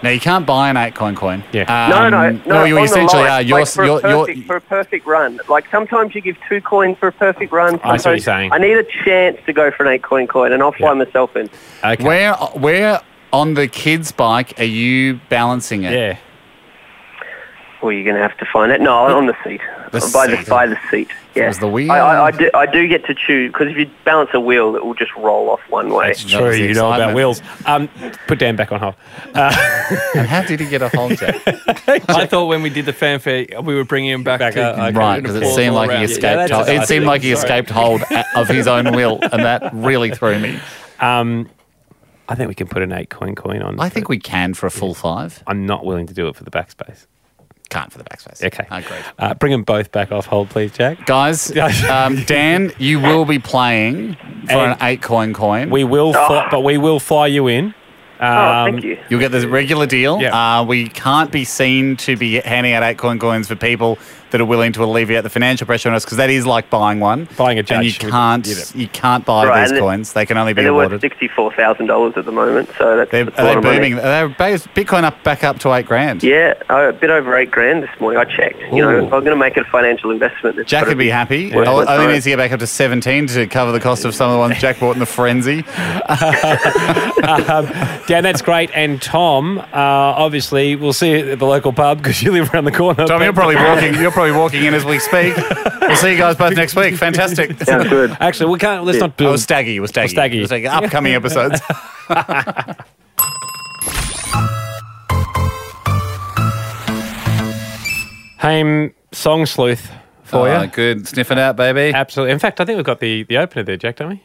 Speaker 4: No, you can't buy an Aitcoin coin.
Speaker 3: Yeah.
Speaker 4: Um,
Speaker 10: no, no, no.
Speaker 4: you
Speaker 10: on the
Speaker 4: essentially
Speaker 10: line.
Speaker 4: are. You're,
Speaker 10: like for,
Speaker 4: you're,
Speaker 10: a
Speaker 4: you're,
Speaker 10: perfect, for a perfect run. Like sometimes you give two coins for a perfect
Speaker 3: I see
Speaker 10: run.
Speaker 3: what you're
Speaker 10: sometimes-
Speaker 3: saying.
Speaker 10: I need a chance to go for an eight coin coin, and I'll fly myself in.
Speaker 3: Okay.
Speaker 4: where, where on the kid's bike are you balancing it?
Speaker 3: yeah.
Speaker 10: Well, you're going to have to find it. No, on the seat.
Speaker 4: The
Speaker 10: by
Speaker 4: seat.
Speaker 10: the by the seat. Yeah.
Speaker 4: was the wheel.
Speaker 10: I, I, I, do, I do get to choose because if you balance a wheel, it will just roll off one way.
Speaker 3: It's
Speaker 4: That was
Speaker 3: true.
Speaker 4: the
Speaker 3: You know about
Speaker 4: excitement.
Speaker 3: wheels. Um, put Dan back on hold.
Speaker 4: And how did he get a hold of it?
Speaker 6: I thought when we did the fanfare, we were bringing him back,
Speaker 3: Back
Speaker 6: to
Speaker 3: up, okay.
Speaker 4: Right, because it
Speaker 6: Applause
Speaker 4: seemed
Speaker 6: all
Speaker 4: like
Speaker 6: around.
Speaker 4: he
Speaker 6: Yeah,
Speaker 4: escaped.
Speaker 6: that's
Speaker 4: hold.
Speaker 6: what I
Speaker 4: It seemed
Speaker 6: said.
Speaker 4: like he
Speaker 6: Sorry.
Speaker 4: escaped hold a- of his own will, and that really threw me.
Speaker 3: I think we can put an eight coin coin on.
Speaker 4: I think we can for a full five.
Speaker 3: I'm not willing to do it for the backspace.
Speaker 4: Can't for the backspace.
Speaker 3: Okay.
Speaker 10: Oh,
Speaker 4: Agreed.
Speaker 3: Uh, bring them both back off hold, please, Jack.
Speaker 10: *laughs*
Speaker 4: Guys, um, Dan, you will be playing for an
Speaker 3: And-
Speaker 4: eight coin coin.
Speaker 3: We will,
Speaker 4: Ah.
Speaker 3: fly, but we will fly you in.
Speaker 10: oh,
Speaker 4: um,
Speaker 10: thank you.
Speaker 4: You'll get the regular deal.
Speaker 3: Yeah.
Speaker 4: Uh, we can't be seen to be handing out eight coin coins for people that are willing to alleviate the financial pressure on us because that is like buying one.
Speaker 3: Buying a
Speaker 4: And you
Speaker 3: judge. You
Speaker 4: can't,
Speaker 3: did
Speaker 4: you can't buy
Speaker 10: Right,
Speaker 4: these
Speaker 10: and it-
Speaker 4: coins. They can only be
Speaker 10: And they're worth
Speaker 4: awarded.
Speaker 10: sixty-four thousand dollars at the moment, so that's,
Speaker 4: They're,
Speaker 10: that's a lot
Speaker 4: are they
Speaker 10: of money.
Speaker 4: booming? They're bas- Bitcoin up back up to eight grand.
Speaker 10: Yeah, oh, a bit over eight grand this morning. I checked. You know,
Speaker 4: Ooh.
Speaker 10: if I'm going to make it a financial investment, it's
Speaker 4: Jack
Speaker 10: gotta
Speaker 4: would be happy.
Speaker 10: worth
Speaker 4: Only
Speaker 10: it, right?
Speaker 4: needs to get back up to 17 to cover the cost of some of the ones Jack bought in the frenzy.
Speaker 3: Dan, that's great. And Tom, uh, obviously, we'll see you at the local pub because you live around the corner.
Speaker 4: Tom, you're
Speaker 3: But-
Speaker 4: probably walking. You're probably walking in as we speak. We'll see you guys both next week. *laughs* Fantastic.
Speaker 10: Sounds good.
Speaker 3: Actually, we can't. Let's not do.
Speaker 4: Oh, Staggy. We're Staggy.
Speaker 3: Staggy.
Speaker 4: We're Staggy. Upcoming episodes.
Speaker 3: Haim song sleuth for
Speaker 4: Ah,
Speaker 3: you.
Speaker 4: Uh, good. Sniffing out, baby.
Speaker 3: Absolutely. In fact, I think we've got the, the opener there, Jack, don't we?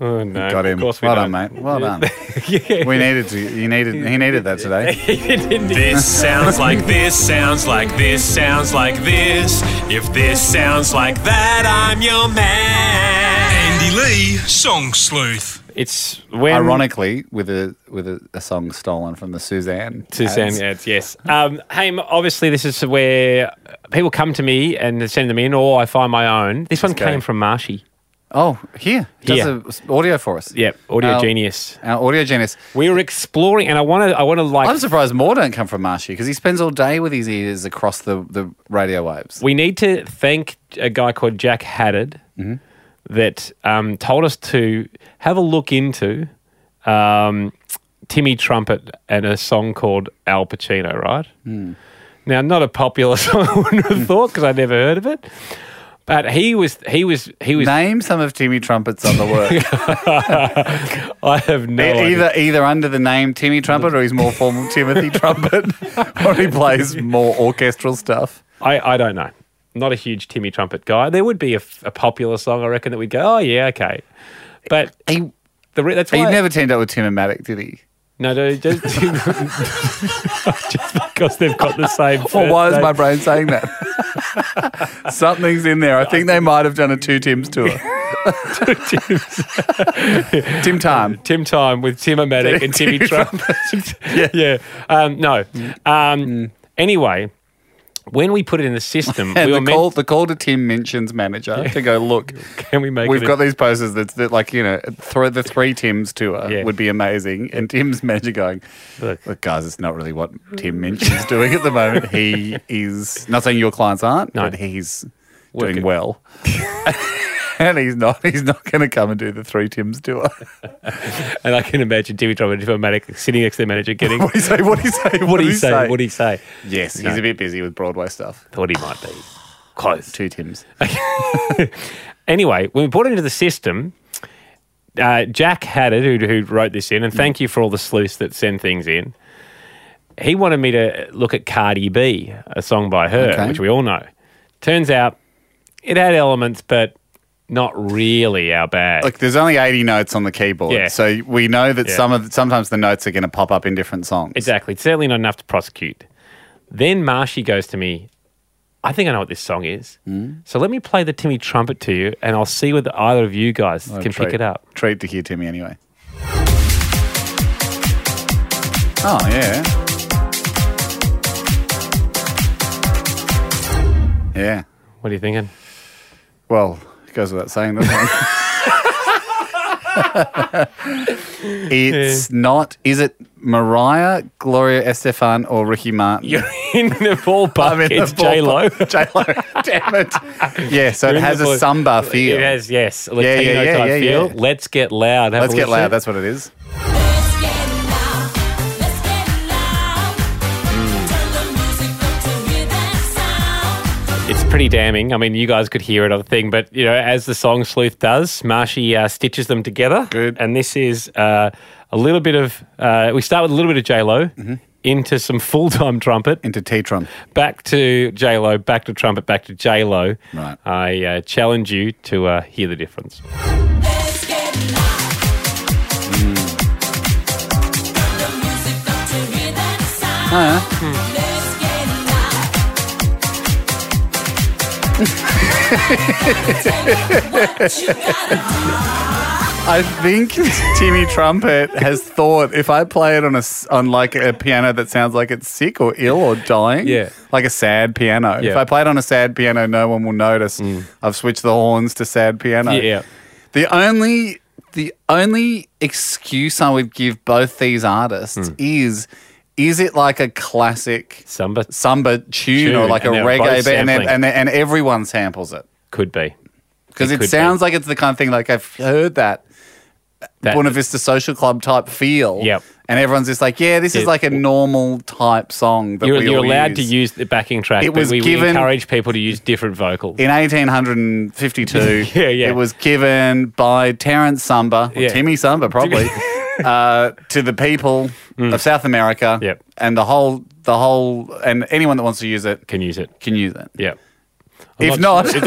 Speaker 3: Oh no!
Speaker 4: Got him.
Speaker 3: Of course we
Speaker 4: well
Speaker 3: don't.
Speaker 4: done, mate.
Speaker 3: *laughs*
Speaker 4: Well done. We needed to. You needed. He needed
Speaker 3: *laughs*
Speaker 4: that today. *laughs*
Speaker 11: This sounds like this, sounds like this, sounds like this. If this sounds like that, I'm your man.
Speaker 12: Andy Lee, Song Sleuth.
Speaker 3: It's when
Speaker 4: ironically with a with a, a song stolen from the Suzanne.
Speaker 3: Suzanne
Speaker 4: ads.
Speaker 3: ads, yes. Um, hey, m- obviously, this is where people come to me and they send them in, or I find my own. This one
Speaker 4: Let's go.
Speaker 3: came from Marshy.
Speaker 4: Oh, here does
Speaker 3: Here.
Speaker 4: a s- audio for us.
Speaker 3: Yep, Audio
Speaker 4: Our-
Speaker 3: Genius.
Speaker 4: Our audio genius.
Speaker 3: We were exploring, and I want to. I want to like.
Speaker 4: I'm surprised more don't come from Marshy because he spends all day with his ears across the, the radio waves.
Speaker 3: We need to thank a guy called Jack Haddad
Speaker 4: Mm-hmm.
Speaker 3: that um, told us to have a look into um, Timmy Trumpet and a song called Al Pacino, right?
Speaker 4: Hmm.
Speaker 3: Now, not a popular *laughs* song, I wouldn't have thought because I never heard of it. But he was, he was, he was.
Speaker 4: Name some of Timmy Trumpet's
Speaker 3: *laughs*
Speaker 4: other work.
Speaker 3: I have no
Speaker 4: E-
Speaker 3: idea.
Speaker 4: either either under the name Timmy Trumpet or he's more formal *laughs* Timothy Trumpet, or he plays more orchestral stuff.
Speaker 3: I, I don't know. Not a huge Timmy Trumpet guy. There would be a, f- a popular song, I reckon, that we'd go, oh, yeah, okay. But
Speaker 4: He
Speaker 3: the re- that's
Speaker 4: he
Speaker 3: why.
Speaker 4: never teamed up with Tim and Maddox, did he?
Speaker 3: No, no, just, *laughs* just because they've got the same.
Speaker 4: Or why is
Speaker 3: birthday.
Speaker 4: my brain saying that? *laughs* Something's in there. I think they might have done a two Tims *laughs* tour. *laughs* Tim time.
Speaker 3: Tim Time with Tim Amatic and Timmy Trump. *laughs*
Speaker 4: *laughs*
Speaker 3: yeah. Um, no.
Speaker 4: Mm.
Speaker 3: Um, anyway, when we put it in the system,
Speaker 4: *laughs* And
Speaker 3: we were
Speaker 4: the
Speaker 3: meant,
Speaker 4: call the call to Tim Minchin's manager to go
Speaker 3: *laughs*
Speaker 4: look.
Speaker 3: can we make
Speaker 4: We've
Speaker 3: it
Speaker 4: got these posters that's that like you know thro- the three Tims tour
Speaker 3: Yeah.
Speaker 4: would be amazing, and Tim's manager going,
Speaker 3: Look.
Speaker 4: look. guys, it's not really what Tim Minchin's doing at the moment. He is not saying your clients aren't,
Speaker 3: No.
Speaker 4: but he's
Speaker 3: Working.
Speaker 4: doing well, *laughs* and he's not he's not going to come and do the three Tims tour. *laughs*
Speaker 3: and I can imagine Timmy Trump and Tim Amatic sitting next to the manager getting.
Speaker 4: *laughs* what do you say? What do you say?
Speaker 3: *laughs* What do you say? What do you say?
Speaker 4: Yes,
Speaker 3: No.
Speaker 4: he's a bit busy with Broadway stuff.
Speaker 3: Thought he might be. Close.
Speaker 4: Two Tims.
Speaker 3: *laughs* Anyway, when we brought it into the system, uh, Jack Haddad, who, who wrote this in, and thank you for all the sleuths that send things in, he wanted me to look at Cardi B, a song by her,
Speaker 4: Okay.
Speaker 3: which we all know. Turns out it had elements, but not really our bag.
Speaker 4: Look, there's only 80 notes on the keyboard,
Speaker 3: Yeah.
Speaker 4: so we know that
Speaker 3: Yeah.
Speaker 4: some of sometimes the notes are going to pop up in different songs.
Speaker 3: Exactly. It's certainly not enough to prosecute. Then Marshy goes to me, I think I know what this song is.
Speaker 4: Hmm?
Speaker 3: So let me play the Timmy trumpet to you, and I'll see whether either of you guys
Speaker 4: Well,
Speaker 3: can
Speaker 4: treat-
Speaker 3: pick it up.
Speaker 4: Treat to hear Timmy anyway. Oh yeah, yeah.
Speaker 3: What are you thinking?
Speaker 4: Well, it goes without saying, doesn't it? *laughs* it's not. Is it Mariah, Gloria Estefan, or Ricky Martin?
Speaker 3: You're *laughs* in the ballpark.
Speaker 4: *laughs* I'm in the
Speaker 3: it's J Lo. *laughs*
Speaker 4: J Lo. Damn it. Yeah, so
Speaker 3: You're
Speaker 4: it
Speaker 3: in
Speaker 4: has
Speaker 3: the
Speaker 4: a
Speaker 3: ball-
Speaker 4: samba feel.
Speaker 3: It has yes, a
Speaker 4: yeah,
Speaker 3: Latino
Speaker 4: yeah,
Speaker 3: type
Speaker 4: yeah,
Speaker 3: feel.
Speaker 4: yeah.
Speaker 3: Let's get loud. Have
Speaker 4: Let's
Speaker 3: a
Speaker 4: get
Speaker 3: listen.
Speaker 4: loud. That's what it is.
Speaker 3: it's pretty damning. I mean, you guys could hear it on the thing, but you know, as the song Sleuth does, Marshy uh, stitches them together.
Speaker 4: Good.
Speaker 3: And this is uh, a little bit of. Uh, we start with a little bit of J Lo.
Speaker 4: Mm-hmm.
Speaker 3: Into some full time trumpet,
Speaker 4: Into Tetron.
Speaker 3: back to J Lo, back to trumpet, back to J Lo.
Speaker 4: Right.
Speaker 3: I uh, challenge you to uh, hear the difference.
Speaker 4: I think Timmy Trumpet has thought if I play it on a s- on like a piano that sounds like it's sick or ill or dying,
Speaker 3: Yeah.
Speaker 4: like a sad piano. If
Speaker 3: Yeah. Mm.
Speaker 4: I play it on a sad piano, no one will notice. I've switched the horns to sad piano.
Speaker 3: Yeah.
Speaker 4: The only the only excuse I would give both these artists
Speaker 3: Mm.
Speaker 4: is is it like a classic
Speaker 3: Samba
Speaker 4: samba tune,
Speaker 3: Tune,
Speaker 4: or like a
Speaker 3: and they're both
Speaker 4: reggae bit, and, then,
Speaker 3: sampling.
Speaker 4: and, then, and everyone samples it
Speaker 3: could be.
Speaker 4: because
Speaker 3: It
Speaker 4: it,
Speaker 3: could
Speaker 4: sounds like it's the kind of thing like I've heard that,
Speaker 3: That-
Speaker 4: Buena Vista Social Club type feel.
Speaker 3: Yep.
Speaker 4: and everyone's just like, yeah, this
Speaker 3: Yeah.
Speaker 4: is like a normal type song that
Speaker 3: You're,
Speaker 4: we
Speaker 3: you're
Speaker 4: all
Speaker 3: allowed
Speaker 4: use.
Speaker 3: to use the backing track,
Speaker 4: It
Speaker 3: but
Speaker 4: was
Speaker 3: we, we
Speaker 4: given-
Speaker 3: encourage people to use different vocals.
Speaker 4: In 1852,
Speaker 3: *laughs* Yeah, yeah.
Speaker 4: it was given by Terence Samba, or
Speaker 3: Yeah.
Speaker 4: Timmy Samba
Speaker 3: *laughs*
Speaker 4: probably, uh, to the people of South America.
Speaker 3: Mm. Yep.
Speaker 4: And the whole, the whole, and anyone that wants to use it
Speaker 3: Can use it.
Speaker 4: can use it. *laughs*
Speaker 3: Yeah.
Speaker 4: If not, *laughs* thief,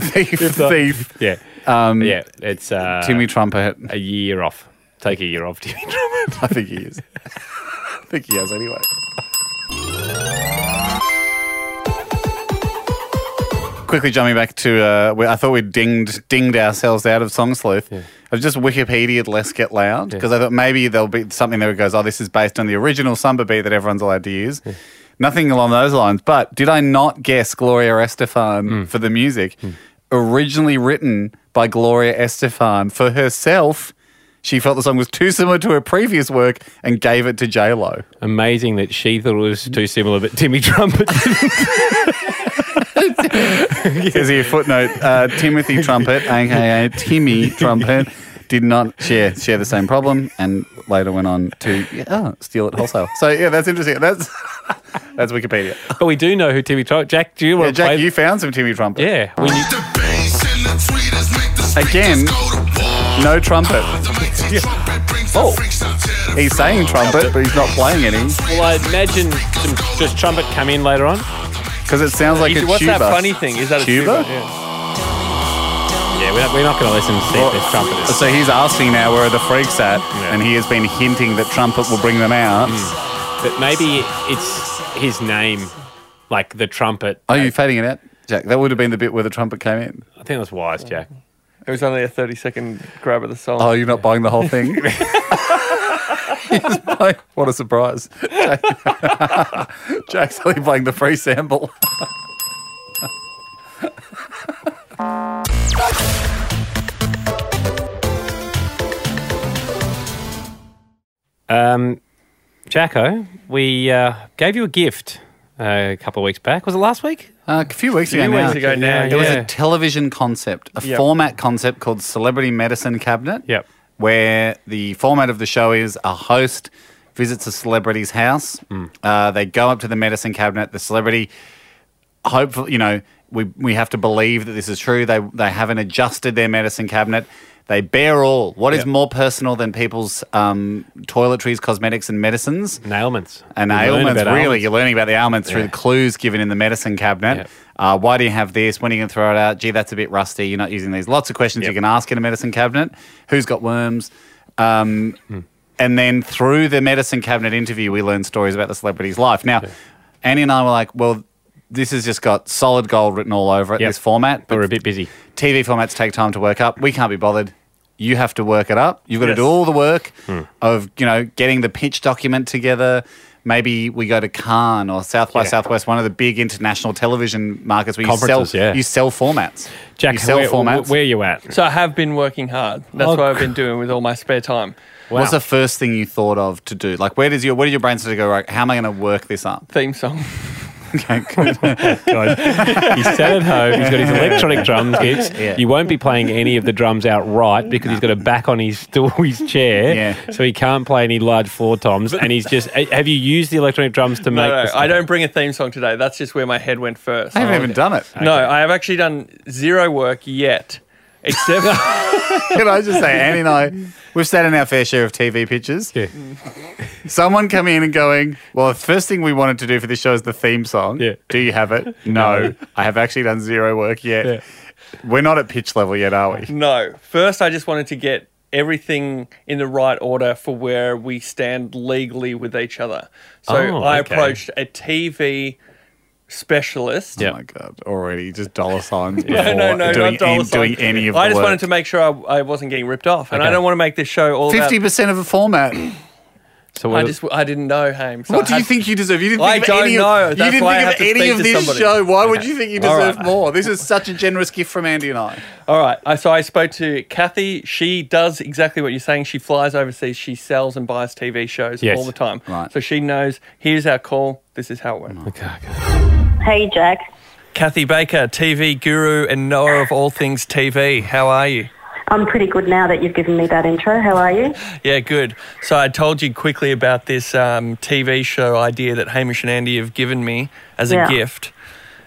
Speaker 3: not- *laughs*
Speaker 4: thief,
Speaker 3: Yeah. yeah. It's uh,
Speaker 4: Um, Timmy Trumpet.
Speaker 3: a year off. Take a year off, Timmy *laughs*
Speaker 4: I
Speaker 3: Trumpet.
Speaker 4: think he is. *laughs* I think he has anyway. Quickly jumping back to, uh, where I thought we'd dinged, dinged ourselves out of Song Sleuth. I've just Wikipedia'd Let's Get Loud because I thought maybe there'll be something that goes, oh, this is based on the original Samba beat that everyone's allowed to use. Nothing along those lines. But did I not guess Gloria Estefan for the music? Originally written by Gloria Estefan for herself. She felt the song was too similar to her previous work and gave it to J Lo.
Speaker 3: Amazing that she thought it was too similar, but Timmy Trumpet.
Speaker 4: *laughs* Says here footnote: uh, Timothy Trumpet, aka Timmy Trumpet, did not share share the same problem, and later went on to yeah, oh, steal it wholesale. So yeah, that's interesting. That's *laughs* that's Wikipedia.
Speaker 3: but we do know who Timmy Trumpet. Jack, do you want
Speaker 4: Yeah,
Speaker 3: to
Speaker 4: Jack,
Speaker 3: play?
Speaker 4: you found some Timmy Trumpet
Speaker 3: yeah, we knew-
Speaker 4: again. No trumpet.
Speaker 3: Oh,
Speaker 4: He's saying trumpet, but he's not playing any
Speaker 3: well, I imagine some, just trumpet come in later on.
Speaker 4: because it sounds like
Speaker 6: You-
Speaker 4: a
Speaker 6: what's
Speaker 4: tuba.
Speaker 6: that funny thing? Is that a
Speaker 4: Tuba?
Speaker 6: tuba? Yeah.
Speaker 3: Yeah, we're not, we're not going to listen to see if this trumpet is.
Speaker 4: So he's asking now where are the freaks at, and he has been hinting that trumpet will bring them out.
Speaker 3: But maybe it's his name, like the trumpet.
Speaker 4: Are you fading it out, Jack? That would have been the bit where the trumpet came in.
Speaker 3: I think that's wise, Jack.
Speaker 6: It was only a 30 second grab of the song.
Speaker 4: Oh, you're not buying the whole thing? He's buying- what a surprise. *laughs* Jack's only buying the free sample.
Speaker 3: Um, Jacko, we uh, gave you a gift uh, a couple of weeks back. Was it last week?
Speaker 4: Uh, a few weeks ago
Speaker 6: Few
Speaker 4: now.
Speaker 6: weeks ago now,
Speaker 4: There was
Speaker 3: yeah.
Speaker 4: a television concept, a
Speaker 6: Yep.
Speaker 4: format concept called Celebrity Medicine Cabinet.
Speaker 3: Yep.
Speaker 4: Where the format of the show is a host visits a celebrity's house. Uh, they go up to the medicine cabinet. The celebrity, hopeful, you know, we, we have to believe that this is true. They, they haven't adjusted their medicine cabinet. They bear all. What is
Speaker 6: Yep.
Speaker 4: more personal than people's um, toiletries, cosmetics, and medicines?
Speaker 3: Ailments.
Speaker 4: And
Speaker 3: We learned
Speaker 4: ailments,
Speaker 3: about
Speaker 4: really.
Speaker 3: ailments.
Speaker 4: You're learning about the ailments through
Speaker 3: Yeah.
Speaker 4: the clues given in the medicine cabinet.
Speaker 3: Yep.
Speaker 4: Uh, why do you have this? When are you going to throw it out? Gee, that's a bit rusty. You're not using these. Lots of questions you
Speaker 3: Yep.
Speaker 4: can ask in a medicine cabinet. Who's got worms? Um,
Speaker 3: Hmm.
Speaker 4: And then through the medicine cabinet interview, we learn stories about the celebrity's life. Now, Annie and I were like, well, this has just got solid gold written all over it,
Speaker 3: Yep.
Speaker 4: this format.
Speaker 3: But we're a bit busy.
Speaker 4: TV formats take time to work up. We can't be bothered. You have to work it up. You've got
Speaker 6: Yes.
Speaker 4: to do all the work
Speaker 3: Hmm.
Speaker 4: of you know getting the pitch document together. Maybe we go to Cannes or South by
Speaker 3: Yeah.
Speaker 4: Southwest, one of the big international television markets where you sell,
Speaker 3: Conferences, yeah.
Speaker 4: you sell formats.
Speaker 3: Jack,
Speaker 4: you sell
Speaker 3: where,
Speaker 4: formats.
Speaker 3: where are you at? *laughs*
Speaker 6: So I have been working hard. That's
Speaker 3: Oh,
Speaker 6: what I've been doing with all my spare time.
Speaker 4: What's the first thing you thought of to do? Like, where does your where did your brain start to go? Right, how am I going to work this up? *laughs*
Speaker 6: Theme song.
Speaker 3: *laughs*
Speaker 4: Okay, good.
Speaker 3: guys. He's sat at home. He's got
Speaker 4: *laughs*
Speaker 3: his electronic drum kits.
Speaker 4: Yeah.
Speaker 3: You won't be playing any of the drums outright because he's got a back on his *laughs* stool, his chair.
Speaker 4: Yeah.
Speaker 3: So he can't play any large floor toms. And he's just. Have you used the electronic drums to
Speaker 6: No,
Speaker 3: make?
Speaker 6: no,
Speaker 3: this?
Speaker 6: I don't bring a theme song today. That's just where my head went first. Oh.
Speaker 4: I haven't even done it.
Speaker 6: No, I have actually done zero work yet, except
Speaker 4: *laughs* Can I just say, Annie and I, we've sat in our fair share of TV pictures.
Speaker 3: Yeah.
Speaker 6: *laughs*
Speaker 4: Someone come in and going, well, the first thing we wanted to do for this show is the theme song.
Speaker 3: Yeah.
Speaker 4: Do you have
Speaker 6: *laughs*
Speaker 4: it? No, I have actually done zero work yet.
Speaker 3: Yeah.
Speaker 4: We're not at pitch level yet, are we?
Speaker 6: no. First, I just wanted to get everything in the right order for where we stand legally with each other. So
Speaker 3: Oh,
Speaker 6: I
Speaker 3: okay.
Speaker 6: approached a TV specialist.
Speaker 3: Yeah.
Speaker 4: Oh my god! Already just dollar signs before
Speaker 6: *laughs* No, no, no,
Speaker 4: doing,
Speaker 6: not dollar
Speaker 4: an- doing
Speaker 6: signs.
Speaker 4: any of
Speaker 6: I
Speaker 4: the
Speaker 6: just
Speaker 4: work.
Speaker 6: wanted to make sure I, I wasn't getting ripped off, and I
Speaker 3: Okay.
Speaker 6: don't want to make this show all about.
Speaker 4: Fifty percent of a
Speaker 6: *clears throat*
Speaker 4: format.
Speaker 3: So
Speaker 6: I
Speaker 3: what-
Speaker 6: just I didn't know, Hames. So
Speaker 4: What
Speaker 6: I
Speaker 4: do you
Speaker 6: had-
Speaker 4: think you deserve? You didn't
Speaker 6: I
Speaker 4: think of
Speaker 6: don't
Speaker 4: any
Speaker 6: know.
Speaker 4: of, you
Speaker 6: That's
Speaker 4: didn't
Speaker 6: why I
Speaker 4: think of
Speaker 6: have to
Speaker 4: any
Speaker 6: speak
Speaker 4: of
Speaker 6: to
Speaker 4: this
Speaker 6: somebody.
Speaker 4: show. Why would you think you
Speaker 6: All
Speaker 4: deserve
Speaker 6: right.
Speaker 4: more? This is such a generous gift from Andy and I.
Speaker 6: All right. I- So I spoke to Kathy. She does exactly what you're saying. She flies overseas. She sells and buys TV shows
Speaker 3: Yes.
Speaker 6: all the time.
Speaker 4: Right.
Speaker 6: So she knows. Here's our call. This is how it works.
Speaker 3: Okay, okay.
Speaker 12: Hey, Jack.
Speaker 6: Kathy Baker, TV guru and knower of all things TV. How are you?
Speaker 12: I'm pretty good now that you've given me that intro. How are you?
Speaker 6: Yeah, good. So I told you quickly about this um, TV show idea that Hamish and Andy have given me as a
Speaker 12: Yeah.
Speaker 6: gift.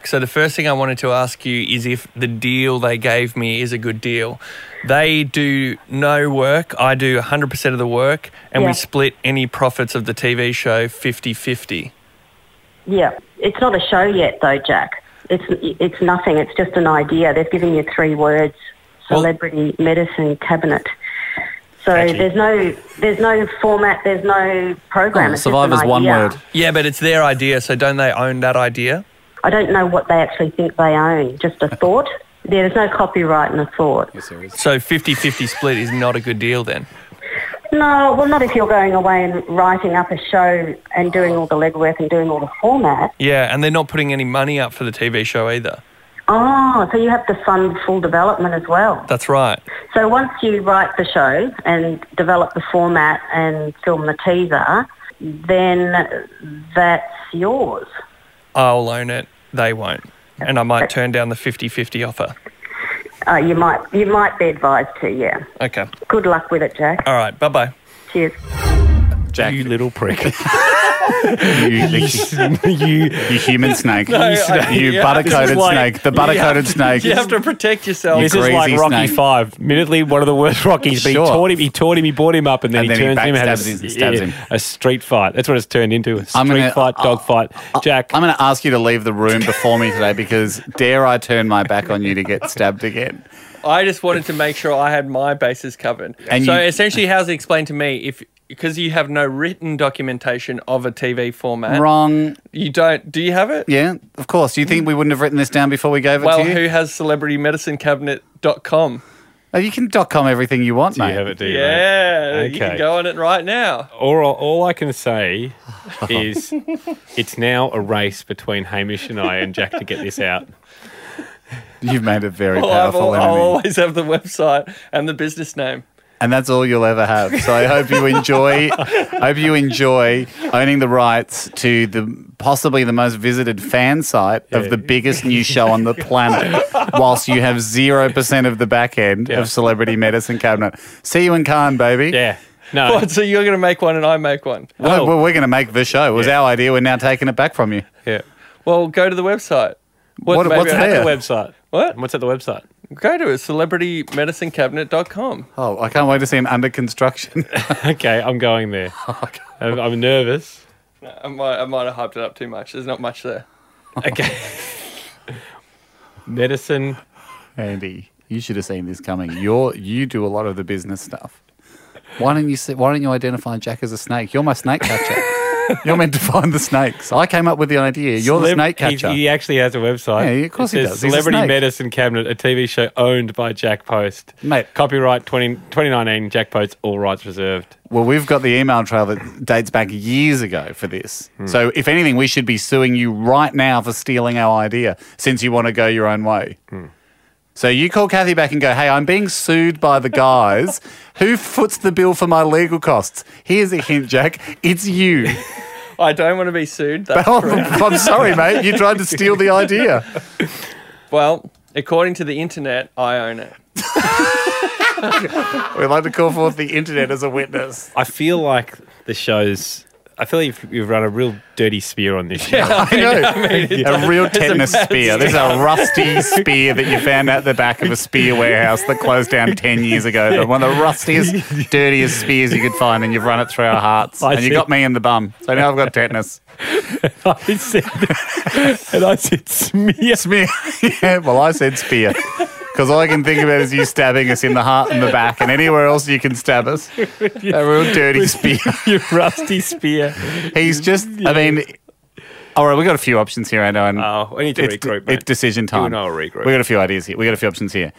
Speaker 6: So the first thing I wanted to ask you is if the deal they gave me is a good deal. They do no work, I do 100% of the work, and
Speaker 12: Yeah.
Speaker 6: we split any profits of the TV show 50-50.
Speaker 12: Yeah. It's not a show yet, though, Jack. It's it's nothing. It's just an idea. They've given you three words:
Speaker 6: Well-
Speaker 12: celebrity medicine cabinet. So
Speaker 6: Catchy.
Speaker 12: there's no there's no format. There's no
Speaker 4: Oh,
Speaker 12: program. It's just an idea.
Speaker 6: Yeah, but it's their idea, so don't they own that idea?
Speaker 12: I don't know what they actually think they own. Just a thought. Yeah, there's no copyright in the thought.
Speaker 6: So 50 50 split is not a good deal then.
Speaker 12: No, well, not if you're going away and writing up a show and doing all the legwork and doing all the format.
Speaker 6: Yeah, and they're not putting any money up for the TV show either.
Speaker 12: Oh, so you have to fund full development as well.
Speaker 6: That's right.
Speaker 12: So once you write the show and develop the format and film the teaser, then that's yours.
Speaker 6: I'll own it. They won't. And I might turn down the 50 50 offer.
Speaker 12: Uh, you might you might be advised to, yeah.
Speaker 6: Okay.
Speaker 12: Good luck with it, Jack.
Speaker 6: All right. Bye bye.
Speaker 12: Cheers.
Speaker 3: Jack. You little prick.
Speaker 4: you,
Speaker 3: *laughs* you,
Speaker 6: *laughs*
Speaker 4: human snake.
Speaker 6: No, I-
Speaker 4: you
Speaker 6: yeah.
Speaker 4: butter
Speaker 6: This
Speaker 4: coated
Speaker 6: is like-
Speaker 4: snake. The
Speaker 6: you
Speaker 4: butter coated
Speaker 6: have- *laughs*
Speaker 4: snake.
Speaker 6: You have to protect yourself.
Speaker 3: This is like
Speaker 4: greasy
Speaker 3: Rocky
Speaker 4: snake.
Speaker 3: Five. Admittedly, one of the worst Rockies. But
Speaker 4: Sure.
Speaker 3: he taught him. He taught him. He bought him up, and then
Speaker 4: And
Speaker 3: he
Speaker 4: then he
Speaker 3: turns him had a,
Speaker 4: backstabs him and stabs him.
Speaker 3: a street fight. That's what it's turned into. A street
Speaker 4: I'm gonna- uh,
Speaker 3: fight, dog fight. Jack,
Speaker 4: I'm going to ask you to leave the room before me today because dare I turn my back on you to get stabbed again?
Speaker 6: I just wanted to make sure I had my bases covered.
Speaker 4: And
Speaker 6: so
Speaker 4: you-
Speaker 6: essentially, how's it explained to me if because you have no written documentation of a TV format?
Speaker 4: Wrong.
Speaker 6: You don't. Do you have it?
Speaker 4: Yeah, of course. Do you think we wouldn't have written this down before we gave it
Speaker 6: Well,
Speaker 4: to you?
Speaker 6: who has celebritymedicinecabinet.com?
Speaker 4: Oh, you can dot com everything you want, mate.
Speaker 6: yeah, you
Speaker 3: Okay.
Speaker 6: can go on it right now.
Speaker 3: all, all I can
Speaker 4: *laughs*
Speaker 3: say is it's now a race between Hamish and I and Jack to get this out.
Speaker 4: You've made a very
Speaker 6: Well, I've
Speaker 4: powerful
Speaker 6: al- I'll
Speaker 4: enemy.
Speaker 6: always have the website and the business name.
Speaker 4: and that's all you'll ever have. So I hope you enjoy. I hope you enjoy owning the rights to the possibly the most visited fan site of the biggest new show on the planet, whilst you have zero percent of the back end of Celebrity Medicine Cabinet. See you in Cannes, baby.
Speaker 3: Yeah.
Speaker 6: *laughs*
Speaker 3: No.
Speaker 6: What, Oh, so you're going to make one and I make one.
Speaker 4: Well, well, we're going to make the show. It was our idea. We're now taking it back from you.
Speaker 3: Yeah.
Speaker 6: Well, go to the website.
Speaker 4: What-
Speaker 6: maybe
Speaker 4: what's
Speaker 6: I-
Speaker 3: At
Speaker 4: there?
Speaker 3: the website.
Speaker 6: What?
Speaker 3: What's at the website?
Speaker 6: Go to it, celebritymedicinecabinet.com.
Speaker 4: Oh, I can't wait to see him under construction.
Speaker 3: Okay, I'm going there. I'm, I'm nervous.
Speaker 6: I might, I might have hyped it up too much. There's not
Speaker 4: *laughs*
Speaker 6: much there.
Speaker 3: Okay. Medicine.
Speaker 4: Andy, you should have seen this coming. You're you do a lot of the business stuff. Why don't you se- Why don't you identify Jack as a snake? You're my snake catcher. You're meant to find the snakes. I came up with the idea. You're the
Speaker 3: Celeb-
Speaker 4: snake
Speaker 3: he's-
Speaker 4: catcher.
Speaker 3: He actually has a website.
Speaker 4: Yeah, of course
Speaker 3: it
Speaker 4: he
Speaker 3: says
Speaker 4: does. He's a
Speaker 3: Celebrity
Speaker 4: snake.
Speaker 3: Medicine Cabinet, a TV show owned by Jack Post.
Speaker 4: Mate.
Speaker 3: Copyright 20, 2019, Jack Post, all rights reserved.
Speaker 4: Well, we've got the email trail that dates back years ago for this. So, if anything, we should be suing you right now for stealing our idea since you want to go your own way. So, you call Kathy back and go, Hey, I'm being sued by the guys. Who foots the bill for my legal costs? Here's a hint, Jack. It's you. *laughs*
Speaker 6: I don't want to be sued. That's
Speaker 4: Oh,
Speaker 6: correct.
Speaker 4: I'm sorry, mate. You tried to steal the idea.
Speaker 6: Well, according to the internet, I own it.
Speaker 4: We'd like to call forth the internet as a witness.
Speaker 3: I feel like the show's. I feel like you've, you've run a real dirty spear on this show.
Speaker 4: I know. a real tetanus spear. This is a rusty spear that you found out the back of a spear warehouse that closed down 10 years ago. The- One of the rustiest, dirtiest spears you could find, and you've run it through our hearts.
Speaker 3: I
Speaker 4: and you
Speaker 3: see.
Speaker 4: got me in the bum. So now I've got tetanus.
Speaker 3: *laughs* I said, and I said smear.
Speaker 4: Smear. *laughs* yeah, well, I said spear. Because all I can think about is you stabbing us in the heart and the back, and anywhere else you can stab us. A real dirty spear.
Speaker 3: *laughs* Your rusty spear.
Speaker 4: He's just, I mean, all right, we've got a few options here, I know. And
Speaker 3: Oh, we need to
Speaker 4: it's,
Speaker 3: regroup,
Speaker 4: it's
Speaker 3: mate.
Speaker 4: decision time.
Speaker 3: and I will regroup. Hmm.
Speaker 4: We got a few ideas here. We got a few options here.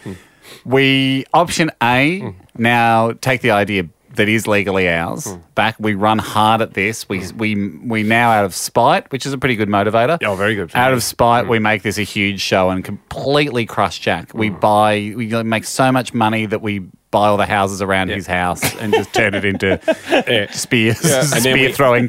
Speaker 4: We option A now take the idea that is legally ours
Speaker 3: Hmm.
Speaker 4: back. We run hard at this. We we we now out of spite, which is a pretty good motivator.
Speaker 3: Oh, very good. Hmm.
Speaker 4: Out of spite, we make this a huge show and completely crush Jack. We
Speaker 3: Hmm.
Speaker 4: buy, we make so much money that we buy all the houses around his house and just turn
Speaker 3: *laughs*
Speaker 4: it into spears,
Speaker 3: then
Speaker 4: spear
Speaker 3: we-
Speaker 4: throwing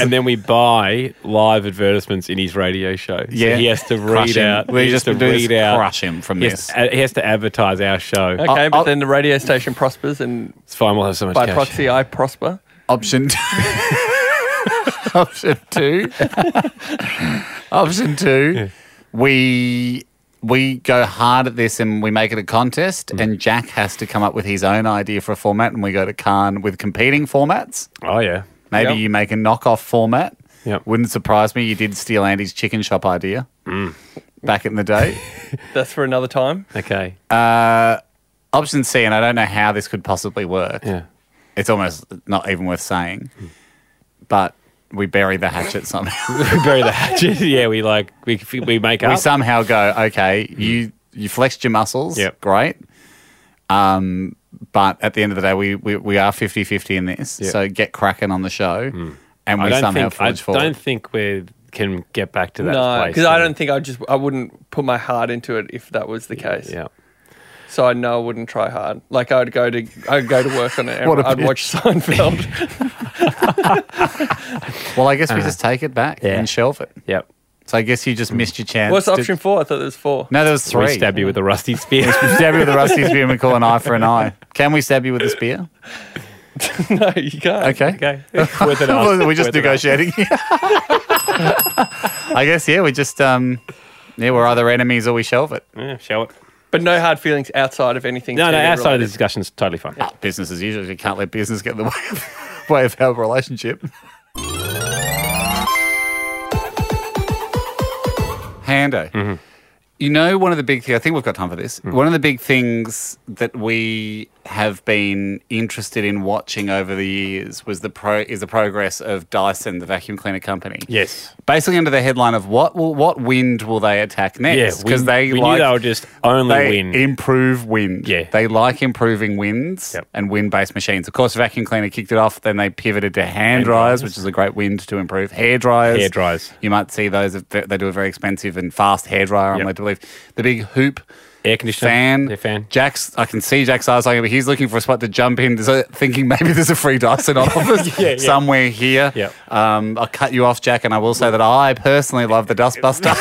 Speaker 3: *laughs* and then we buy live advertisements in his radio show. So
Speaker 4: Yeah.
Speaker 3: he has to
Speaker 4: Crush
Speaker 3: read
Speaker 4: him.
Speaker 3: out.
Speaker 4: We
Speaker 3: he has
Speaker 4: just
Speaker 3: to
Speaker 4: do this,
Speaker 3: read out.
Speaker 4: crush him from
Speaker 3: he has-
Speaker 4: this.
Speaker 3: uh, he has to advertise our show.
Speaker 6: Okay, but
Speaker 4: I'll-
Speaker 6: then the radio station prospers, and
Speaker 3: It's fine. We'll have so much
Speaker 6: by
Speaker 3: cash.
Speaker 6: proxy, I prosper.
Speaker 4: Option two. *laughs* Option two. *laughs* Option two. We we go hard at this and we make it a contest
Speaker 3: Mm.
Speaker 4: and Jack has to come up with his own idea for a format and we go to Khan with competing formats.
Speaker 3: Oh yeah.
Speaker 4: Maybe
Speaker 6: Yep.
Speaker 4: you make a knockoff format.
Speaker 3: Yep.
Speaker 4: Wouldn't surprise me you did steal Andy's chicken shop idea
Speaker 3: Mm.
Speaker 4: back in
Speaker 3: *laughs*
Speaker 4: the day.
Speaker 6: That's for another time.
Speaker 3: Okay.
Speaker 4: Option C, and I don't know how this could possibly work.
Speaker 3: yeah. *laughs* Mm.
Speaker 4: It's almost not even worth saying. But we bury the hatchet somehow.
Speaker 3: *laughs* We bury the hatchet. yeah. We like we we make
Speaker 4: we
Speaker 3: up.
Speaker 4: somehow go, okay, you you flexed your muscles.
Speaker 3: Mm. Yep.
Speaker 4: Great. Um, but at the end of the day, we, we, we are 50 50 in this.
Speaker 3: Yep. Mm.
Speaker 4: So get cracking on the show. And we
Speaker 3: I don't
Speaker 4: somehow
Speaker 3: think, I
Speaker 4: forge forward.
Speaker 3: don't think we can get back to that
Speaker 6: no,
Speaker 3: place.
Speaker 6: because I don't think I just I wouldn't put my heart into it if that was the case.
Speaker 3: Yeah.
Speaker 6: So I know I wouldn't try hard. Like I'd go to I'd go to work
Speaker 4: *laughs*
Speaker 6: on it.
Speaker 4: What
Speaker 6: and
Speaker 4: a
Speaker 6: I'd
Speaker 4: bitch.
Speaker 6: watch *laughs* Seinfeld.
Speaker 4: Well, I
Speaker 3: Ah.
Speaker 4: guess we
Speaker 6: Uh,
Speaker 4: just take it back and shelve it.
Speaker 3: Yep.
Speaker 4: So I guess you
Speaker 3: Mm.
Speaker 4: just missed your chance.
Speaker 6: What's
Speaker 4: to-
Speaker 6: option four? I thought there was four.
Speaker 4: No, there was three.
Speaker 3: We stab you with a rusty spear. *laughs*
Speaker 4: *laughs* We stab you with a rusty spear and we call an eye for an eye. Can we stab you with a spear?
Speaker 6: *laughs* no, you can't.
Speaker 4: Okay.
Speaker 3: Okay. It's worth an ask.
Speaker 4: *laughs* We're just
Speaker 3: Worth an ask.
Speaker 4: negotiating. *laughs* I guess, yeah, we just, um, yeah, we're either enemies or we shelve it.
Speaker 3: Yeah, show it.
Speaker 6: But no hard feelings outside of anything.
Speaker 3: No, no,
Speaker 6: TV
Speaker 3: outside of
Speaker 6: related.
Speaker 3: the discussion is totally fine.
Speaker 4: Business as usual. You can't let business get in the *laughs* way of, way of our relationship. Hando. You know, one of the big things, I think we've got time for this. One of the big things that we have been interested in watching over the years was the pro is the progress of Dyson, the vacuum cleaner company.
Speaker 3: Yes.
Speaker 4: Basically, under the headline of what will, what wind will they attack next?
Speaker 3: Yeah, we-
Speaker 4: they
Speaker 3: we knew
Speaker 4: like
Speaker 3: they were just only
Speaker 4: they
Speaker 3: wind.
Speaker 4: improve wind. Yeah, they like improving winds and wind-based machines. Of course, vacuum cleaner kicked it off. Then they pivoted to hand dryers, which is a great wind to improve hair dryers.
Speaker 3: Hair dryers.
Speaker 4: You might see those. if They they do a very expensive and fast hair dryer. I'm
Speaker 3: Yep.
Speaker 4: led to believe the big hoop.
Speaker 3: Air conditioner.
Speaker 4: Fan,
Speaker 3: Their fan.
Speaker 4: Jack's. I can see Jack's eyes lighting up. He's looking for a spot to jump in, so- thinking maybe there's a
Speaker 3: *laughs*
Speaker 4: free Dyson on offer
Speaker 3: Yeah, yeah.
Speaker 4: somewhere here.
Speaker 3: Yep.
Speaker 4: Um, I'll cut you off, Jack, and I will say that I personally love the Dustbuster.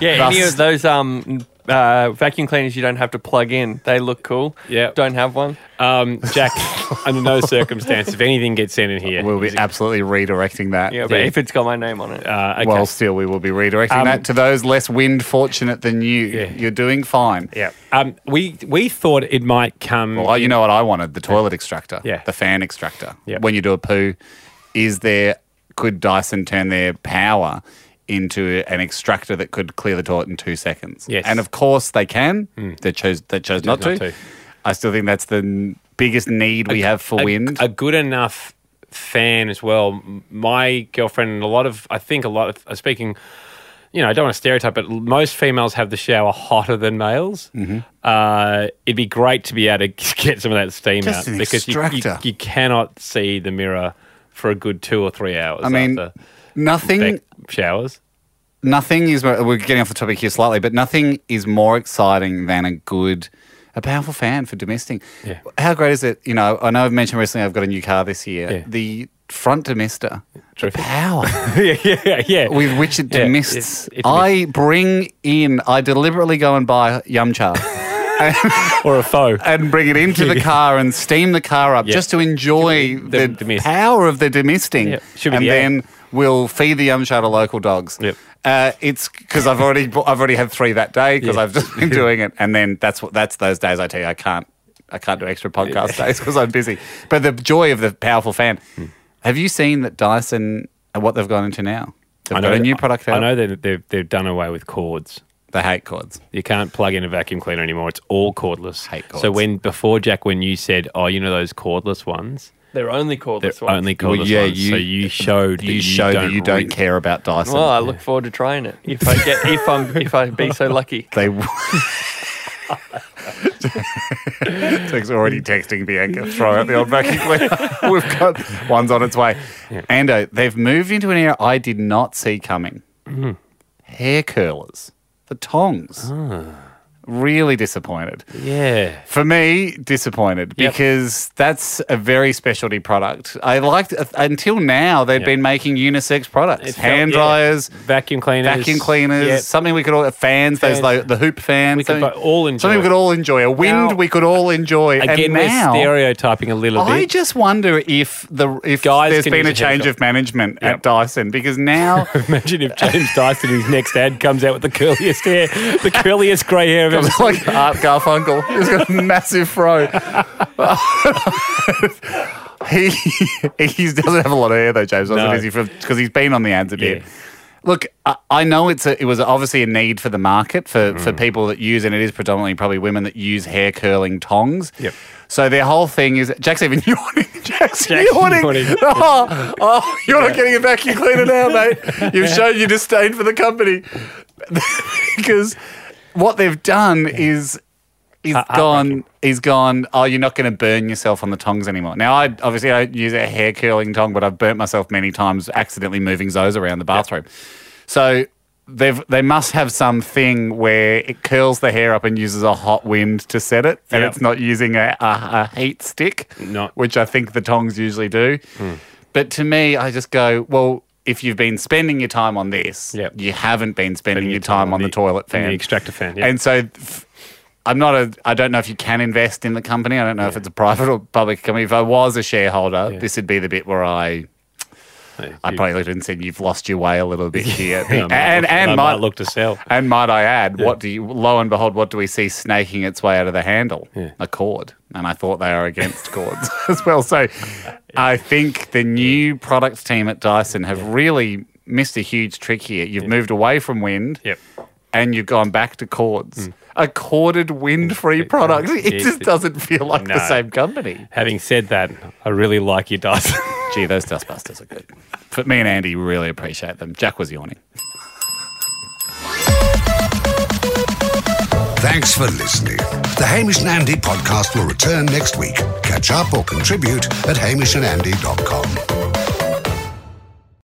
Speaker 6: yeah, any
Speaker 4: Thus-
Speaker 6: of those um uh, vacuum cleaners you don't have to plug in. They look cool.
Speaker 3: Yeah.
Speaker 6: Don't have one.
Speaker 3: Um, Jack, *laughs* under
Speaker 4: *laughs*
Speaker 3: no circumstance, if anything gets sent in here,
Speaker 4: We'll be absolutely redirecting that.
Speaker 6: Yeah, but if it's got my name on it.
Speaker 3: uh, okay.
Speaker 4: Well, still, we will be redirecting
Speaker 3: Um,
Speaker 4: that to those less wind fortunate than you. You're doing fine.
Speaker 3: yeah. Um, we we thought it might come.
Speaker 4: Well, you know what I wanted? The toilet extractor.
Speaker 3: Yeah.
Speaker 4: The fan extractor.
Speaker 3: Yeah.
Speaker 4: When you do a poo, is there, could Dyson turn their power into an extractor that could clear the toilet in two seconds?
Speaker 3: Yes. Hmm.
Speaker 4: And of course they can. They chose, they chose not,
Speaker 3: not
Speaker 4: to.
Speaker 3: to.
Speaker 4: I still think that's the n- biggest need we have for
Speaker 3: a,
Speaker 4: wind.
Speaker 3: A good enough fan as well. M- My girlfriend and a lot of, I think a lot of, uh, speaking, you know, I don't want to stereotype, but l- most females have the shower hotter than males.
Speaker 4: Mm-hmm.
Speaker 3: Uh, it'd be great to be able to *laughs* get some of that steam
Speaker 4: Just
Speaker 3: out
Speaker 4: an
Speaker 3: because you, you,
Speaker 4: extractor.
Speaker 3: you cannot see the mirror for a good two or three hours.
Speaker 4: I mean, mm,
Speaker 3: after
Speaker 4: nothing.
Speaker 3: back showers. *laughs*
Speaker 4: nothing is we're getting off the topic here slightly, but nothing is more exciting than a good, a powerful fan for domestic.
Speaker 3: Yeah.
Speaker 4: How great is it? You know, I know I've mentioned recently I've got a new car this year.
Speaker 3: Yeah.
Speaker 4: The front demister, *laughs* the
Speaker 3: Terrific.
Speaker 4: power
Speaker 3: yeah, yeah, yeah.
Speaker 4: with which it
Speaker 3: Yeah,
Speaker 4: demists.
Speaker 3: it's- it's
Speaker 4: I bring in, I deliberately go and buy Yumcha.
Speaker 3: or a
Speaker 4: *laughs*
Speaker 3: foe.
Speaker 4: and bring it
Speaker 3: *laughs*
Speaker 4: into the car and steam the car up
Speaker 3: Yeah.
Speaker 4: just to enjoy the,
Speaker 3: The- the mist.
Speaker 4: power of the demisting.
Speaker 3: Yeah, should be
Speaker 4: and
Speaker 3: the air.
Speaker 4: then we'll feed the yum show to local dogs.
Speaker 3: Yep.
Speaker 4: Uh, it's because I've already bu- I've already had three that day because
Speaker 3: Yeah.
Speaker 4: I've just
Speaker 3: *laughs*
Speaker 4: been doing it, and then that's what that's those days I tell you I can't I can't do extra podcast days because I'm busy. But the joy of the powerful fan.
Speaker 3: Hmm.
Speaker 4: Have you seen that Dyson and what they've gone into now? They've got a new product out.
Speaker 3: I know that they've, they've done away with cords.
Speaker 4: They hate cords.
Speaker 3: You can't plug in a vacuum cleaner anymore. It's all cordless.
Speaker 4: Hate
Speaker 3: So
Speaker 4: cords.
Speaker 3: when before Jack, when you said, "Oh, you know those cordless ones?
Speaker 6: They're only
Speaker 3: They're
Speaker 6: cordless ones.
Speaker 3: only cordless
Speaker 4: Well, yeah,
Speaker 3: ones."
Speaker 4: you-
Speaker 3: so you showed that
Speaker 4: You show that you don't
Speaker 3: re-
Speaker 4: care about Dyson.
Speaker 6: Well, I look forward to trying it if I get if I'm if I be so lucky.
Speaker 4: They. *laughs* Jack's already texting Bianca. Throw out the old vacuum cleaner. *laughs* We've got one's on its way. Ando, they've moved into an area I did not see coming.
Speaker 3: Mm.
Speaker 4: Hair curlers, the tongs.
Speaker 3: Ah.
Speaker 4: Really disappointed.
Speaker 3: Yeah.
Speaker 4: For me, disappointed
Speaker 3: Yep.
Speaker 4: because that's a very specialty product. I liked uh, until now they'd been making unisex products,
Speaker 3: It felt-
Speaker 4: hand
Speaker 3: yeah.
Speaker 4: dryers,
Speaker 3: Vacuum cleaners.
Speaker 4: vacuum cleaners,
Speaker 3: Yeah.
Speaker 4: something we could all fans, those
Speaker 3: Fans.
Speaker 4: like the hoop fans,
Speaker 3: We could
Speaker 4: something-
Speaker 3: bu- all enjoy
Speaker 4: something we
Speaker 3: it.
Speaker 4: could all enjoy, a wind
Speaker 3: Now-
Speaker 4: we could all enjoy.
Speaker 3: Again,
Speaker 4: and
Speaker 3: we're
Speaker 4: now,
Speaker 3: stereotyping a little
Speaker 4: I
Speaker 3: bit.
Speaker 4: just wonder if the if
Speaker 3: Guys
Speaker 4: there's
Speaker 3: can
Speaker 4: been
Speaker 3: use
Speaker 4: a
Speaker 3: a
Speaker 4: change
Speaker 3: haircut.
Speaker 4: of management
Speaker 3: Yep.
Speaker 4: at Dyson
Speaker 3: *laughs*
Speaker 4: because now
Speaker 3: *laughs* Imagine if James Dyson, his next ad, comes out with the curliest hair, the curliest grey hair I've ever
Speaker 4: it's *laughs* like Art Garfunkel, *laughs* he's got a
Speaker 3: *laughs*
Speaker 4: massive fro. he he doesn't have a lot of hair though, James,
Speaker 3: No.
Speaker 4: because he's been on the ads a bit.
Speaker 3: Yeah.
Speaker 4: Look, I, I know it's a, it was obviously a need for the market for, for
Speaker 3: Mm.
Speaker 4: people that use, and it is predominantly probably women that use hair curling tongs.
Speaker 3: Yep.
Speaker 4: So their whole thing is Jack's even *laughs* yawning. Jack's,
Speaker 3: Jack's
Speaker 4: yawning.
Speaker 3: yawning.
Speaker 4: *laughs* Oh, oh, you're not getting a vacuum *laughs* cleaner now, mate. You've shown your disdain for the company because what they've done is is gone. Is gone. Oh, you're not going to burn yourself on the tongs anymore. Now, I obviously I use a hair curling tong, but I've burnt myself many times accidentally moving those around the bathroom. So they've they must have something where it curls the hair up and uses a hot wind to set it, and
Speaker 3: Yep.
Speaker 4: it's not using a, a, a heat stick, which I think the tongs usually do. But to me, I just go, well, if you've been spending your time on this, you haven't been spending your time, on the, toilet fan,
Speaker 3: the extractor fan, yeah.
Speaker 4: And so, f- I'm not a. I don't know if you can invest in the company. I don't know if it's a private or public company. If I was a shareholder, this would be the bit where I. I probably looked and said, "You've lost your way a little *laughs* bit here,"
Speaker 3: I
Speaker 4: and
Speaker 3: might
Speaker 4: and,
Speaker 3: look- I might
Speaker 4: might
Speaker 3: look to sell.
Speaker 4: And might I add, what do you? Lo and behold, what do we see snaking its way out of the handle? A cord, and I thought they are against *laughs* cords as well. So, I think the new product team at Dyson have really missed a huge trick here. You've moved away from wind, and you've gone back to cords. A corded Mm. wind-free product. It just doesn't feel like the
Speaker 3: No.
Speaker 4: same company.
Speaker 3: Having said that, I really like your Dyson. *laughs*
Speaker 4: Gee, those dustbusters are good. But me and Andy really appreciate them. Jack was yawning.
Speaker 2: Thanks for listening. The Hamish and Andy podcast will return next week. Catch up or contribute at hamishandandy.com.